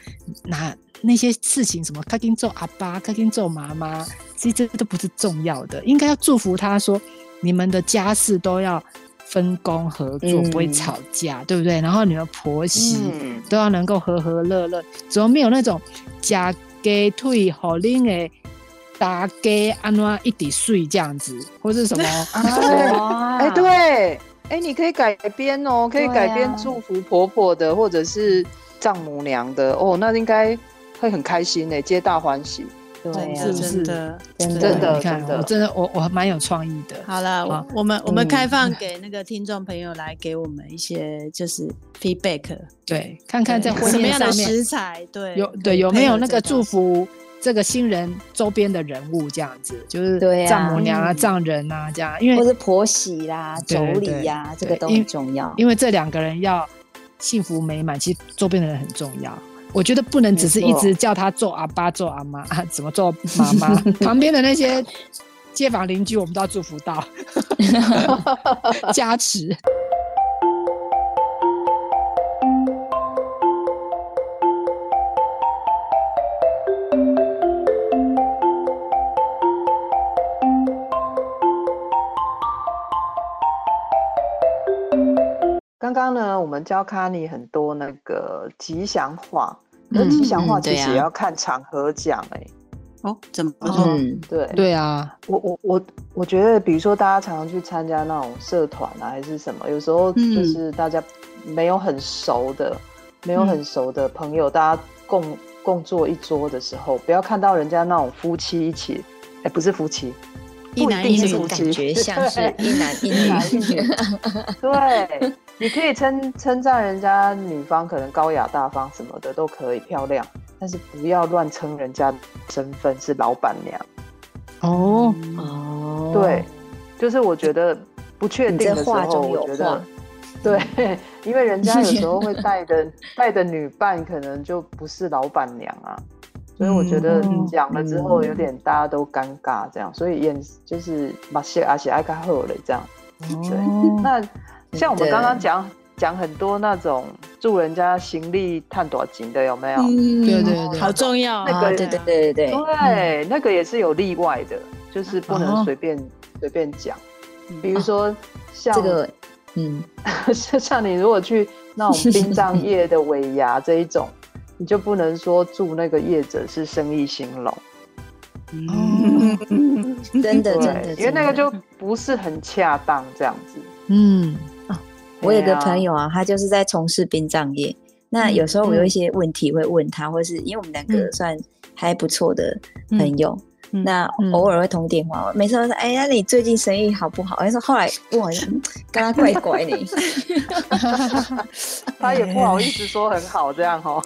[SPEAKER 2] 那那些事情什么开心做阿爸，开心做妈妈，其实这都不是重要的，应该要祝福他说，你们的家事都要分工合作，
[SPEAKER 6] 嗯
[SPEAKER 2] 不会吵架，对不对？然后你们婆媳、
[SPEAKER 4] 嗯，
[SPEAKER 2] 都要能够和和乐乐，怎么没有那种假给退好令诶？打给安怎一滴水这样子，或是 什么？
[SPEAKER 6] 哇
[SPEAKER 4] 哎、对，哎、你可以改编哦，可以
[SPEAKER 6] 啊对
[SPEAKER 4] 改编
[SPEAKER 6] 啊
[SPEAKER 4] 祝福婆婆的，或者是丈母娘的哦，那应该会很开心呢，皆大欢喜。
[SPEAKER 6] 对
[SPEAKER 5] 是
[SPEAKER 6] 啊
[SPEAKER 5] 不，是真的，
[SPEAKER 6] 真的
[SPEAKER 4] 真的
[SPEAKER 2] 你看，
[SPEAKER 4] 真的
[SPEAKER 2] 我真的我我还蛮有创意的。
[SPEAKER 5] 好了，
[SPEAKER 2] 好
[SPEAKER 5] 我我们我们
[SPEAKER 6] 嗯
[SPEAKER 5] 开放给那个听众朋友来给我们一些就是 feedback，
[SPEAKER 2] 对，看看在
[SPEAKER 5] 对
[SPEAKER 2] 婚
[SPEAKER 5] 什么
[SPEAKER 2] 宴
[SPEAKER 5] 样的
[SPEAKER 2] 上
[SPEAKER 5] 食
[SPEAKER 2] 面
[SPEAKER 5] 材，对
[SPEAKER 2] 有对有没有那个祝？福这个新人周边的人物这样子，就是
[SPEAKER 6] 对啊
[SPEAKER 2] 丈母娘啊、
[SPEAKER 5] 嗯
[SPEAKER 2] 丈人啊这样，因
[SPEAKER 6] 或
[SPEAKER 2] 为
[SPEAKER 6] 是婆媳啦、
[SPEAKER 2] 对
[SPEAKER 6] 妯
[SPEAKER 2] 对
[SPEAKER 6] 娌呀，这
[SPEAKER 2] 对
[SPEAKER 6] 个都
[SPEAKER 2] 因
[SPEAKER 6] 很重要。
[SPEAKER 2] 因为这两个人要幸福美满，其实周边的人很重要。我觉得不能只是一直叫他做阿爸、做阿妈 啊，怎么做妈妈， 旁边的那些街坊邻居，我们都要祝福 到， 加持。
[SPEAKER 4] 刚刚呢，我们教卡尼很多那个吉祥话，那
[SPEAKER 6] 嗯
[SPEAKER 4] 吉祥话
[SPEAKER 6] 嗯
[SPEAKER 4] 其
[SPEAKER 6] 对
[SPEAKER 4] 实
[SPEAKER 6] 啊
[SPEAKER 4] 也要看场合讲哎、
[SPEAKER 5] 哦，怎么说？
[SPEAKER 6] 嗯，
[SPEAKER 4] 对，
[SPEAKER 2] 对啊，
[SPEAKER 4] 我我我我觉得，比如说大家常常去参加那种社团啊，还是什么，有时候
[SPEAKER 5] 嗯
[SPEAKER 4] 就是大家没有很熟的，没有很熟的朋友，大家共共坐一桌的时候，不要看到人家那种夫妻一起，哎，不是夫妻，
[SPEAKER 5] 一
[SPEAKER 4] 不
[SPEAKER 5] 男
[SPEAKER 4] 定
[SPEAKER 5] 一
[SPEAKER 4] 是
[SPEAKER 5] 女
[SPEAKER 4] 夫妻
[SPEAKER 6] 感觉像是
[SPEAKER 4] 对
[SPEAKER 6] 一男一
[SPEAKER 4] 一男一
[SPEAKER 6] 女，
[SPEAKER 4] 女，对，你可以称称赞人家女方可能高雅大方什么的都可以漂亮，但是不要乱称人家身份是老板娘。
[SPEAKER 2] 哦，
[SPEAKER 6] 哦，
[SPEAKER 4] 对，，就是我觉得不确
[SPEAKER 6] 你
[SPEAKER 4] 定
[SPEAKER 6] 这
[SPEAKER 4] 的时
[SPEAKER 6] 话
[SPEAKER 4] 候，
[SPEAKER 6] 中有
[SPEAKER 4] 我觉
[SPEAKER 6] 话
[SPEAKER 4] 得 对，因为人家有时候会带的带的女伴可能就不是老板娘啊，所以我觉得
[SPEAKER 2] 嗯
[SPEAKER 4] 讲了之后有点大家都尴尬这样，所以演就是把些而且爱看后了这样。
[SPEAKER 6] 哦
[SPEAKER 4] 对，那像我们刚刚讲讲很多那种祝人家行利探短金的有没有？
[SPEAKER 5] 嗯
[SPEAKER 2] 对对对
[SPEAKER 5] 好重要啊，
[SPEAKER 4] 那个
[SPEAKER 6] 对对对对
[SPEAKER 3] 嗯
[SPEAKER 6] 对，
[SPEAKER 4] 对，那个也是有例外的，就是不
[SPEAKER 2] 哦
[SPEAKER 4] 能随便随便讲，
[SPEAKER 3] 嗯
[SPEAKER 4] 比
[SPEAKER 3] 哦
[SPEAKER 4] 如说像
[SPEAKER 6] 这个，嗯，
[SPEAKER 4] 就 像你如果去那种 殡葬业的尾牙这一种，你就不能说祝那个业者是生意兴隆，
[SPEAKER 2] 哦，
[SPEAKER 3] 真的真的
[SPEAKER 4] 对，，因为那个
[SPEAKER 3] 真的嗯
[SPEAKER 4] 就不是很恰当这样子。
[SPEAKER 2] 嗯，
[SPEAKER 3] 我有个
[SPEAKER 4] 对啊嗯
[SPEAKER 3] 朋友啊，他就是在从事殡葬业。那有时候我有一些问题会问他，或是因为我们两个算还不错的朋友，
[SPEAKER 5] 嗯
[SPEAKER 3] 那
[SPEAKER 2] 嗯
[SPEAKER 3] 偶尔会通电话。每次都说：“哎，那你最近生意好不好？”但是后来问我， 嗯刚刚怪怪 呢。
[SPEAKER 4] 他也不好意思说很好这样哦。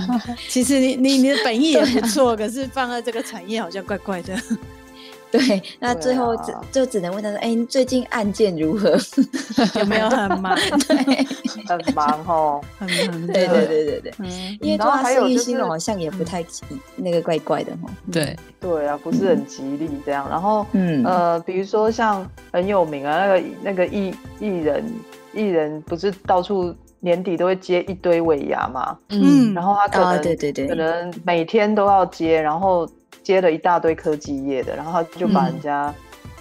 [SPEAKER 5] 其实你你你的本意也不错，可是放在这个产业好像怪怪的。
[SPEAKER 3] 对，那
[SPEAKER 4] 对
[SPEAKER 3] 最后
[SPEAKER 4] 啊
[SPEAKER 3] 只就只能问他说：“哎，你最近案件如何
[SPEAKER 5] 有没有很忙？
[SPEAKER 4] 很忙哦，
[SPEAKER 5] 很忙？”
[SPEAKER 3] 对对对
[SPEAKER 5] 的，
[SPEAKER 3] 对对，
[SPEAKER 5] 嗯，
[SPEAKER 3] 因为
[SPEAKER 4] 然后
[SPEAKER 3] 他
[SPEAKER 4] 还有
[SPEAKER 3] 生意
[SPEAKER 4] 就是嗯
[SPEAKER 3] 兴隆好像也不太那个怪怪的哈。哦
[SPEAKER 2] 对，
[SPEAKER 4] 对啊，不是很吉利这样。然后，
[SPEAKER 3] 嗯
[SPEAKER 4] 呃，比如说像很有名啊，那个那个艺艺人，艺人不是到处年底都会接一堆尾牙嘛，
[SPEAKER 5] 嗯
[SPEAKER 4] 然后他可能、
[SPEAKER 6] 哦
[SPEAKER 3] 啊，对对对
[SPEAKER 4] 可，能每天都要接，然后接了一大堆科技业的，然后他就把人家、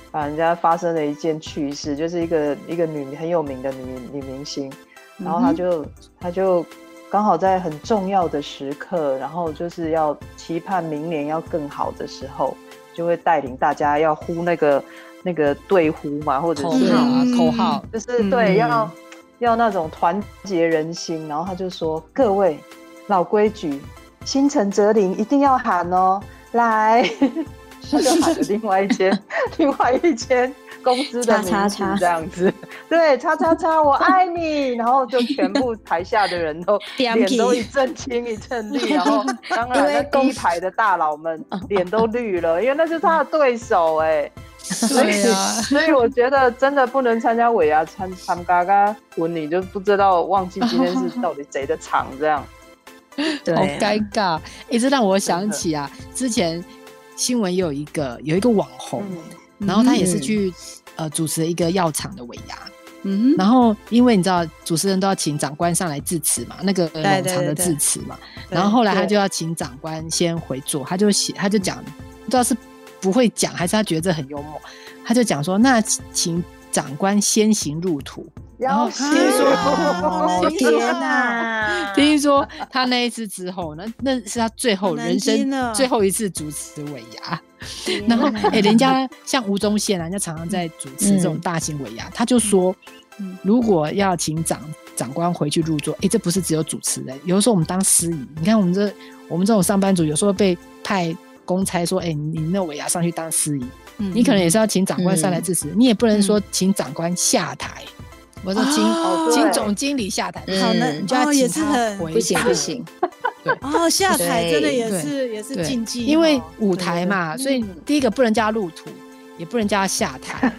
[SPEAKER 4] 把人家发生了一件趣事，就是一个一个女很有名的女女明星，然后她就、她就刚好在很重要的时刻，然后就是要期盼明年要更好的时候，就会带领大家要呼那个那个对呼嘛，或者
[SPEAKER 2] 口
[SPEAKER 4] 是
[SPEAKER 2] 号啊，
[SPEAKER 5] 嗯
[SPEAKER 2] 口号，
[SPEAKER 4] 就是对，
[SPEAKER 5] 嗯
[SPEAKER 4] 要要那种团结人心。然后他就说：“各位，老规矩，心诚则灵，一定要喊哦， 来。”他就喊了另外一间 另外一间公司的名字
[SPEAKER 3] 叉叉叉
[SPEAKER 4] 这样子，对，叉叉叉，我爱你。然后就全部台下的人都
[SPEAKER 5] 点
[SPEAKER 4] 脸
[SPEAKER 5] 起
[SPEAKER 4] 都一阵青一阵绿，然后当然那第一排的大佬们脸都绿了，因为那是他的对手哎、所以，所以我觉得真的不能参加尾牙参参嘎嘎婚礼，就不知道忘记今天是到底谁的场这样。
[SPEAKER 3] 对
[SPEAKER 2] 好
[SPEAKER 3] 啊
[SPEAKER 2] 尴尬，一直让我想
[SPEAKER 4] 真的
[SPEAKER 2] 起啊，之前新闻有一个有一个网红，
[SPEAKER 4] 嗯，
[SPEAKER 2] 然后他也是
[SPEAKER 3] 嗯
[SPEAKER 2] 去呃主持一个药厂的尾牙，
[SPEAKER 5] 嗯哼，
[SPEAKER 2] 然后因为你知道主持人都要请长官上来致辞嘛，那个冗长的致辞嘛，然后后来他就要请长官先回座，他就写他就讲，不知道是不会讲还是他觉得这很幽默，他就讲说那请长官先行入土，然后
[SPEAKER 4] 听
[SPEAKER 2] 听说
[SPEAKER 5] 哦
[SPEAKER 3] 天 哪！
[SPEAKER 2] 听说他那一次之后呢，那 是他最后
[SPEAKER 5] 好难
[SPEAKER 2] 人生
[SPEAKER 5] 听啊哦
[SPEAKER 2] 最后一次主持尾牙。然后，哎、人家像吴宗宪啊，人家常常在主持这种大型尾牙，他就说，
[SPEAKER 5] 嗯
[SPEAKER 2] 如果要请长长官回去入座，哎、这不是只有主持人，有的时候我们当司仪，你看我们这我们这种上班族，有时候被派公差说，哎、你你那尾牙上去当司仪，
[SPEAKER 5] 嗯
[SPEAKER 2] 你可能也是要请长官上来致辞，你也不能说请长官下台，我说请、
[SPEAKER 5] 哦
[SPEAKER 2] 请
[SPEAKER 4] 对
[SPEAKER 2] 总经理下台，
[SPEAKER 3] 好那
[SPEAKER 2] 你就要
[SPEAKER 5] 哦也
[SPEAKER 2] 请
[SPEAKER 5] 是
[SPEAKER 2] 他
[SPEAKER 5] 很
[SPEAKER 2] 回
[SPEAKER 3] 不行
[SPEAKER 2] 座
[SPEAKER 3] 不行，
[SPEAKER 5] 哦，下台真的也
[SPEAKER 2] 对
[SPEAKER 5] 是也是
[SPEAKER 2] 对
[SPEAKER 5] 禁忌哦，
[SPEAKER 2] 因为舞台嘛，
[SPEAKER 3] 对
[SPEAKER 2] 所以第一个不能叫他入土，也不能叫他下 台，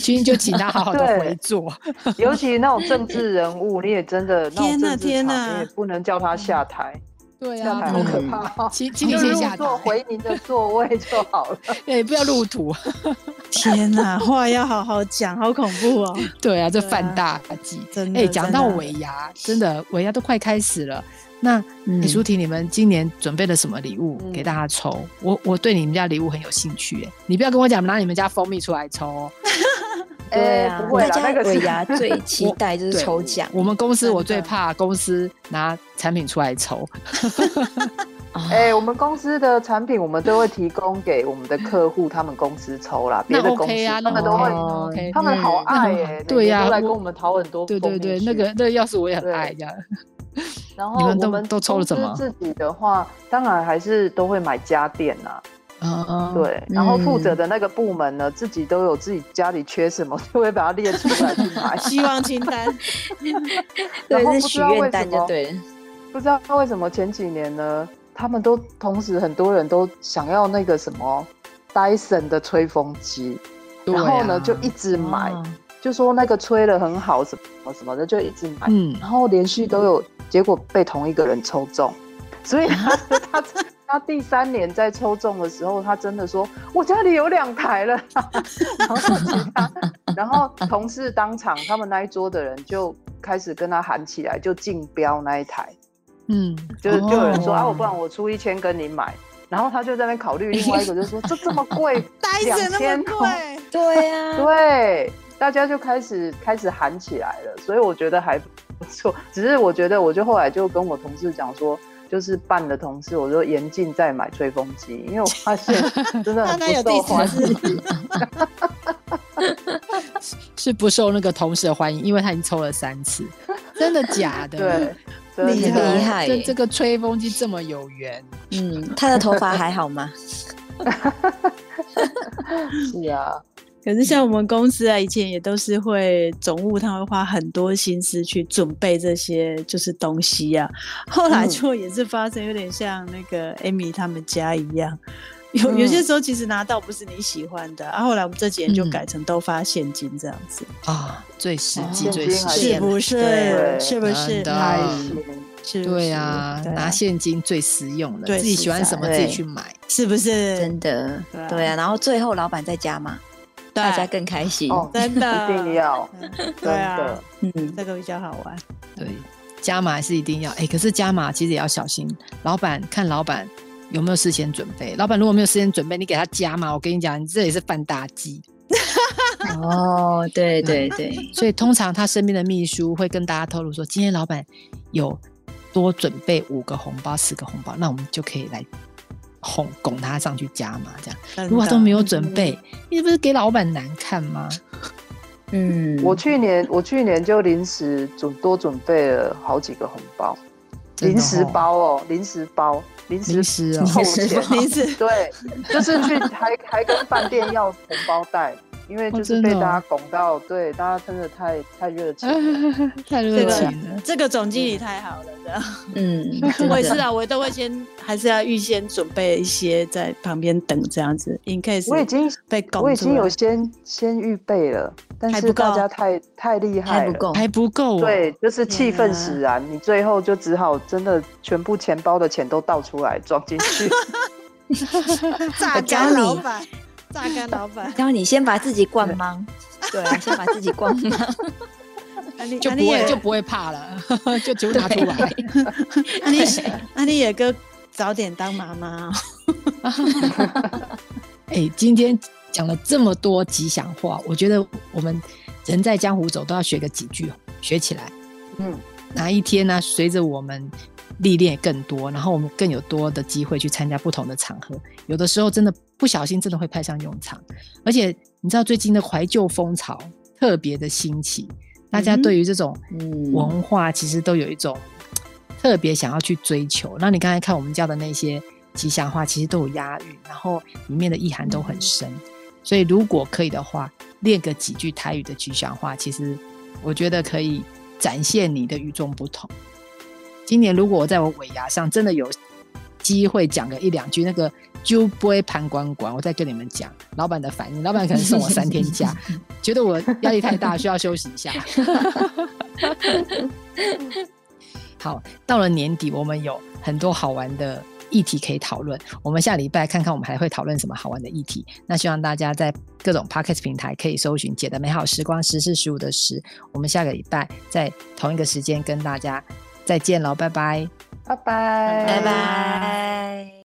[SPEAKER 2] 君就请他好好的回座。
[SPEAKER 4] 尤其那种政治人物，你也真的那
[SPEAKER 5] 天
[SPEAKER 4] 种
[SPEAKER 5] 哪
[SPEAKER 4] 政治
[SPEAKER 5] 天
[SPEAKER 4] 场，
[SPEAKER 5] 哪
[SPEAKER 4] 你也不能叫他下台，
[SPEAKER 2] 对
[SPEAKER 4] 下台
[SPEAKER 2] 啊，
[SPEAKER 4] 好
[SPEAKER 2] 不
[SPEAKER 4] 可
[SPEAKER 2] 能
[SPEAKER 4] 怕哦。
[SPEAKER 2] 请请
[SPEAKER 4] 就
[SPEAKER 2] 你先
[SPEAKER 4] 入
[SPEAKER 2] 下台，
[SPEAKER 4] 座 回您的座位就好了。
[SPEAKER 2] 对，不要入土。
[SPEAKER 5] 天哪，话要好好讲，好恐怖哦！
[SPEAKER 2] 对啊，这
[SPEAKER 5] 对啊
[SPEAKER 2] 犯大忌。
[SPEAKER 5] 真的
[SPEAKER 2] 哎，讲到
[SPEAKER 5] 真的
[SPEAKER 2] 尾牙，真的尾牙都快开始了。那
[SPEAKER 3] 嗯
[SPEAKER 2] 李淑婷，你们今年准备了什么礼物
[SPEAKER 4] 嗯
[SPEAKER 2] 给大家抽？我我对你们家礼物很有兴趣哎，你不要跟我讲拿你们家蜂蜜出来抽哦。
[SPEAKER 3] 对
[SPEAKER 4] 哎
[SPEAKER 3] 啊，
[SPEAKER 4] 不会啦，
[SPEAKER 3] 大
[SPEAKER 4] 那
[SPEAKER 3] 家
[SPEAKER 4] 个
[SPEAKER 3] 尾
[SPEAKER 4] 是
[SPEAKER 3] 牙 最期待就是抽奖
[SPEAKER 2] 我们公司
[SPEAKER 5] 真的
[SPEAKER 2] 我最怕公司拿产品出来抽，
[SPEAKER 3] 啊，
[SPEAKER 4] 哎、我们公司的产品我们都会提供给我们的客户，他们公司抽啦，别
[SPEAKER 2] 那
[SPEAKER 4] 的公
[SPEAKER 2] OK 啊，
[SPEAKER 4] 司、他
[SPEAKER 2] 那
[SPEAKER 4] 们都会，
[SPEAKER 2] o k
[SPEAKER 4] 他们好爱
[SPEAKER 2] 那
[SPEAKER 4] 耶、
[SPEAKER 2] 很好
[SPEAKER 4] 每
[SPEAKER 2] 对
[SPEAKER 4] 年
[SPEAKER 2] 呀
[SPEAKER 4] 都来跟
[SPEAKER 2] 我
[SPEAKER 4] 我们讨很多
[SPEAKER 2] 对对
[SPEAKER 4] 蜂蜜
[SPEAKER 2] 对，
[SPEAKER 4] 去
[SPEAKER 2] 那个那个要是我也很
[SPEAKER 4] 对
[SPEAKER 2] 爱这样，
[SPEAKER 4] 然
[SPEAKER 2] 你
[SPEAKER 4] 后
[SPEAKER 2] 们都
[SPEAKER 4] 我们
[SPEAKER 2] 都抽了什么
[SPEAKER 4] 公司自己的话，当然还是都会买家电啊，
[SPEAKER 2] 嗯嗯，
[SPEAKER 4] 对。然后负责的那个部门呢，自己都有自己家里缺什么， 就会把它列出来去 买。
[SPEAKER 5] 希望清单，
[SPEAKER 3] 对，
[SPEAKER 4] 然后不
[SPEAKER 3] 是
[SPEAKER 4] 知
[SPEAKER 3] 许
[SPEAKER 4] 道为
[SPEAKER 3] 愿
[SPEAKER 4] 什
[SPEAKER 3] 单就
[SPEAKER 4] 么，
[SPEAKER 3] 对了。
[SPEAKER 4] 不知道为什么前几年呢，他们都同时很多人都想要那个什么 Dyson 的吹风机，
[SPEAKER 2] 对
[SPEAKER 4] 然后
[SPEAKER 2] 啊
[SPEAKER 4] 呢就一直买，
[SPEAKER 3] 哇
[SPEAKER 4] 就说那个吹了很好什么什么的，就一直买。
[SPEAKER 2] 嗯，
[SPEAKER 4] 然后连续都有，结果被同一个人抽中， 所以他他他第三年在抽中的时候，他真的说我家里有两台了， 然后其 他，然后同事当场他们那一桌的人就开始跟他喊起来，就竞标那一台，
[SPEAKER 2] 嗯，
[SPEAKER 4] 就是就有人说、
[SPEAKER 3] 哦
[SPEAKER 4] 啊，我不然我出一千跟你买，然后他就在那边考虑，另外一个就说这这么贵，
[SPEAKER 5] 呆着那么贵，
[SPEAKER 3] 对 啊，
[SPEAKER 4] 对，大家就开始开始喊起来了，所以我觉得还不错。只是我觉得，我就后来就跟我同事讲说，就是办的同事，我就严禁再买吹风机，因为我发现真的
[SPEAKER 5] 大
[SPEAKER 4] 很
[SPEAKER 5] 家有
[SPEAKER 4] 不
[SPEAKER 5] 第
[SPEAKER 4] 受欢
[SPEAKER 5] 四
[SPEAKER 4] 迎。
[SPEAKER 5] 次，
[SPEAKER 2] 是不受那个同事的欢迎，因为他已经抽了三次，真 的假的？
[SPEAKER 4] 对，真的
[SPEAKER 6] 厉
[SPEAKER 2] 这
[SPEAKER 6] 害
[SPEAKER 2] 这
[SPEAKER 6] 耶
[SPEAKER 2] 这个吹风机这么有缘，
[SPEAKER 6] 嗯，他的头发还好 吗？
[SPEAKER 4] 是啊，
[SPEAKER 5] 可是像我们公司啊，以前也都是会总务，他会花很多心思去准备这些就是东西啊。后来
[SPEAKER 4] 嗯
[SPEAKER 5] 就也是发生有点像那个 Amy 他们家一样，有有些时候其实拿到不是你喜欢的，啊，后来我们这几年就
[SPEAKER 2] 嗯
[SPEAKER 5] 改成都发现金这样子，
[SPEAKER 2] 啊，最实际，
[SPEAKER 4] 哦现
[SPEAKER 2] 最
[SPEAKER 4] 金
[SPEAKER 2] 实
[SPEAKER 4] 还
[SPEAKER 2] 际
[SPEAKER 5] 是
[SPEAKER 4] 是
[SPEAKER 5] 不是？
[SPEAKER 4] 对
[SPEAKER 5] 是不是？
[SPEAKER 2] 真的
[SPEAKER 5] 哎
[SPEAKER 2] 嗯
[SPEAKER 5] 是不
[SPEAKER 2] 对
[SPEAKER 5] 是
[SPEAKER 2] 啊，
[SPEAKER 5] 对
[SPEAKER 2] 拿现金最实用了，
[SPEAKER 5] 对
[SPEAKER 2] 自己喜欢
[SPEAKER 5] 实在
[SPEAKER 2] 什么自己
[SPEAKER 6] 对
[SPEAKER 2] 去买。
[SPEAKER 5] 是不是？
[SPEAKER 6] 真的
[SPEAKER 5] 对啊，
[SPEAKER 6] 对啊。然后最后老板在家嘛，大家更开心。
[SPEAKER 4] 哦，
[SPEAKER 5] 真的
[SPEAKER 4] 一定要，
[SPEAKER 5] 嗯对
[SPEAKER 4] 真
[SPEAKER 5] 啊
[SPEAKER 4] 的，，
[SPEAKER 6] 嗯，
[SPEAKER 5] 这个比较好玩。
[SPEAKER 2] 对，加码是一定要。哎，可是加码其实也要小心，老板看老板有没有事先准备。老板如果没有事先准备，你给他加码，我跟你讲，你这也是犯大忌。
[SPEAKER 6] 哦，对对 对，
[SPEAKER 2] 所以通常他身边的秘书会跟大家透露说，今天老板有多准备五个红包、十个红包，那我们就可以来哄拱他上去加码。这样，如果他都没有准备，你不是给老板难看吗？
[SPEAKER 6] 嗯，
[SPEAKER 4] 我去年我去年就临时准多准备了好几个红包，
[SPEAKER 2] 真的
[SPEAKER 4] 零食
[SPEAKER 2] 哦
[SPEAKER 4] 包哦，零食包，零
[SPEAKER 2] 临
[SPEAKER 4] 食
[SPEAKER 2] 时哦，
[SPEAKER 4] 扣钱，
[SPEAKER 5] 你是
[SPEAKER 4] 对，就是去还还跟饭店要红包袋，因为就
[SPEAKER 2] 哦
[SPEAKER 4] 是
[SPEAKER 2] 真的
[SPEAKER 4] 被
[SPEAKER 2] 哦
[SPEAKER 4] 大家拱到，对，大家真的太太热情了。
[SPEAKER 2] 太热情了。
[SPEAKER 5] 这个总经理太好了，这样。
[SPEAKER 6] 嗯，
[SPEAKER 5] 我也是
[SPEAKER 6] 啊，
[SPEAKER 5] 啊，我都会先还是要预先准备一些在旁边等这样子，in case
[SPEAKER 4] 我已经
[SPEAKER 5] 被拱
[SPEAKER 4] 我已经
[SPEAKER 5] 住了
[SPEAKER 4] 有先先预备了，但
[SPEAKER 5] 还不
[SPEAKER 4] 是大
[SPEAKER 5] 够
[SPEAKER 4] 家太太厉害
[SPEAKER 6] 还
[SPEAKER 4] 了
[SPEAKER 6] 不。够，
[SPEAKER 2] 还不够、哦，
[SPEAKER 4] 对，，就是气
[SPEAKER 5] 天
[SPEAKER 4] 氛
[SPEAKER 5] 啊
[SPEAKER 4] 使然，你最后就只好真的全部钱包的钱都倒出来装进去。
[SPEAKER 5] 榨
[SPEAKER 6] 干老
[SPEAKER 5] 板，榨干老板，
[SPEAKER 6] 然后哎你先把自己灌懵，对啊，先把自己灌 懵，
[SPEAKER 5] 啊你
[SPEAKER 2] 就
[SPEAKER 5] 啊
[SPEAKER 2] 不
[SPEAKER 5] 你
[SPEAKER 2] 会
[SPEAKER 5] 也
[SPEAKER 2] 就不会怕了， 就全部拿出来。
[SPEAKER 5] 啊你啊你也哥早点当妈妈哦，
[SPEAKER 2] 哎、今天讲了这么多吉祥话，我觉得我们人在江湖走都要学个几句，哦学起来。
[SPEAKER 4] 嗯，
[SPEAKER 2] 哪一天呢、随着我们历练更多，然后我们更有多的机会去参加不同的场合，有的时候真的不小心真的会派上用场。而且你知道最近的怀旧风潮特别的兴起，大家
[SPEAKER 5] 嗯
[SPEAKER 2] 对于这种
[SPEAKER 6] 嗯
[SPEAKER 2] 文化其实都有一种特别想要去追求。那你刚才看我们教的那些吉祥话，其实都有押韵，然后里面的意涵都很深。所以如果可以的话，练个几句台语的吉祥话，其实我觉得可以展现你的与众不同。今年如果我在我尾牙上真的有机会讲个一两句，那个就不会盘管管，我再跟你们讲老板的反应，老板可能送我三天假，觉得我压力太大，需要休息一下。好，到了年底，我们有很多好玩的议题可以讨论。我们下礼拜看看我们还会讨论什么好玩的议题。那希望大家在各种 podcast 平台可以搜寻“姐的美好时光”，十是十五的十。我们下个礼拜在同一个时间跟大家再见喽，拜拜。
[SPEAKER 4] 拜拜，
[SPEAKER 6] 拜拜。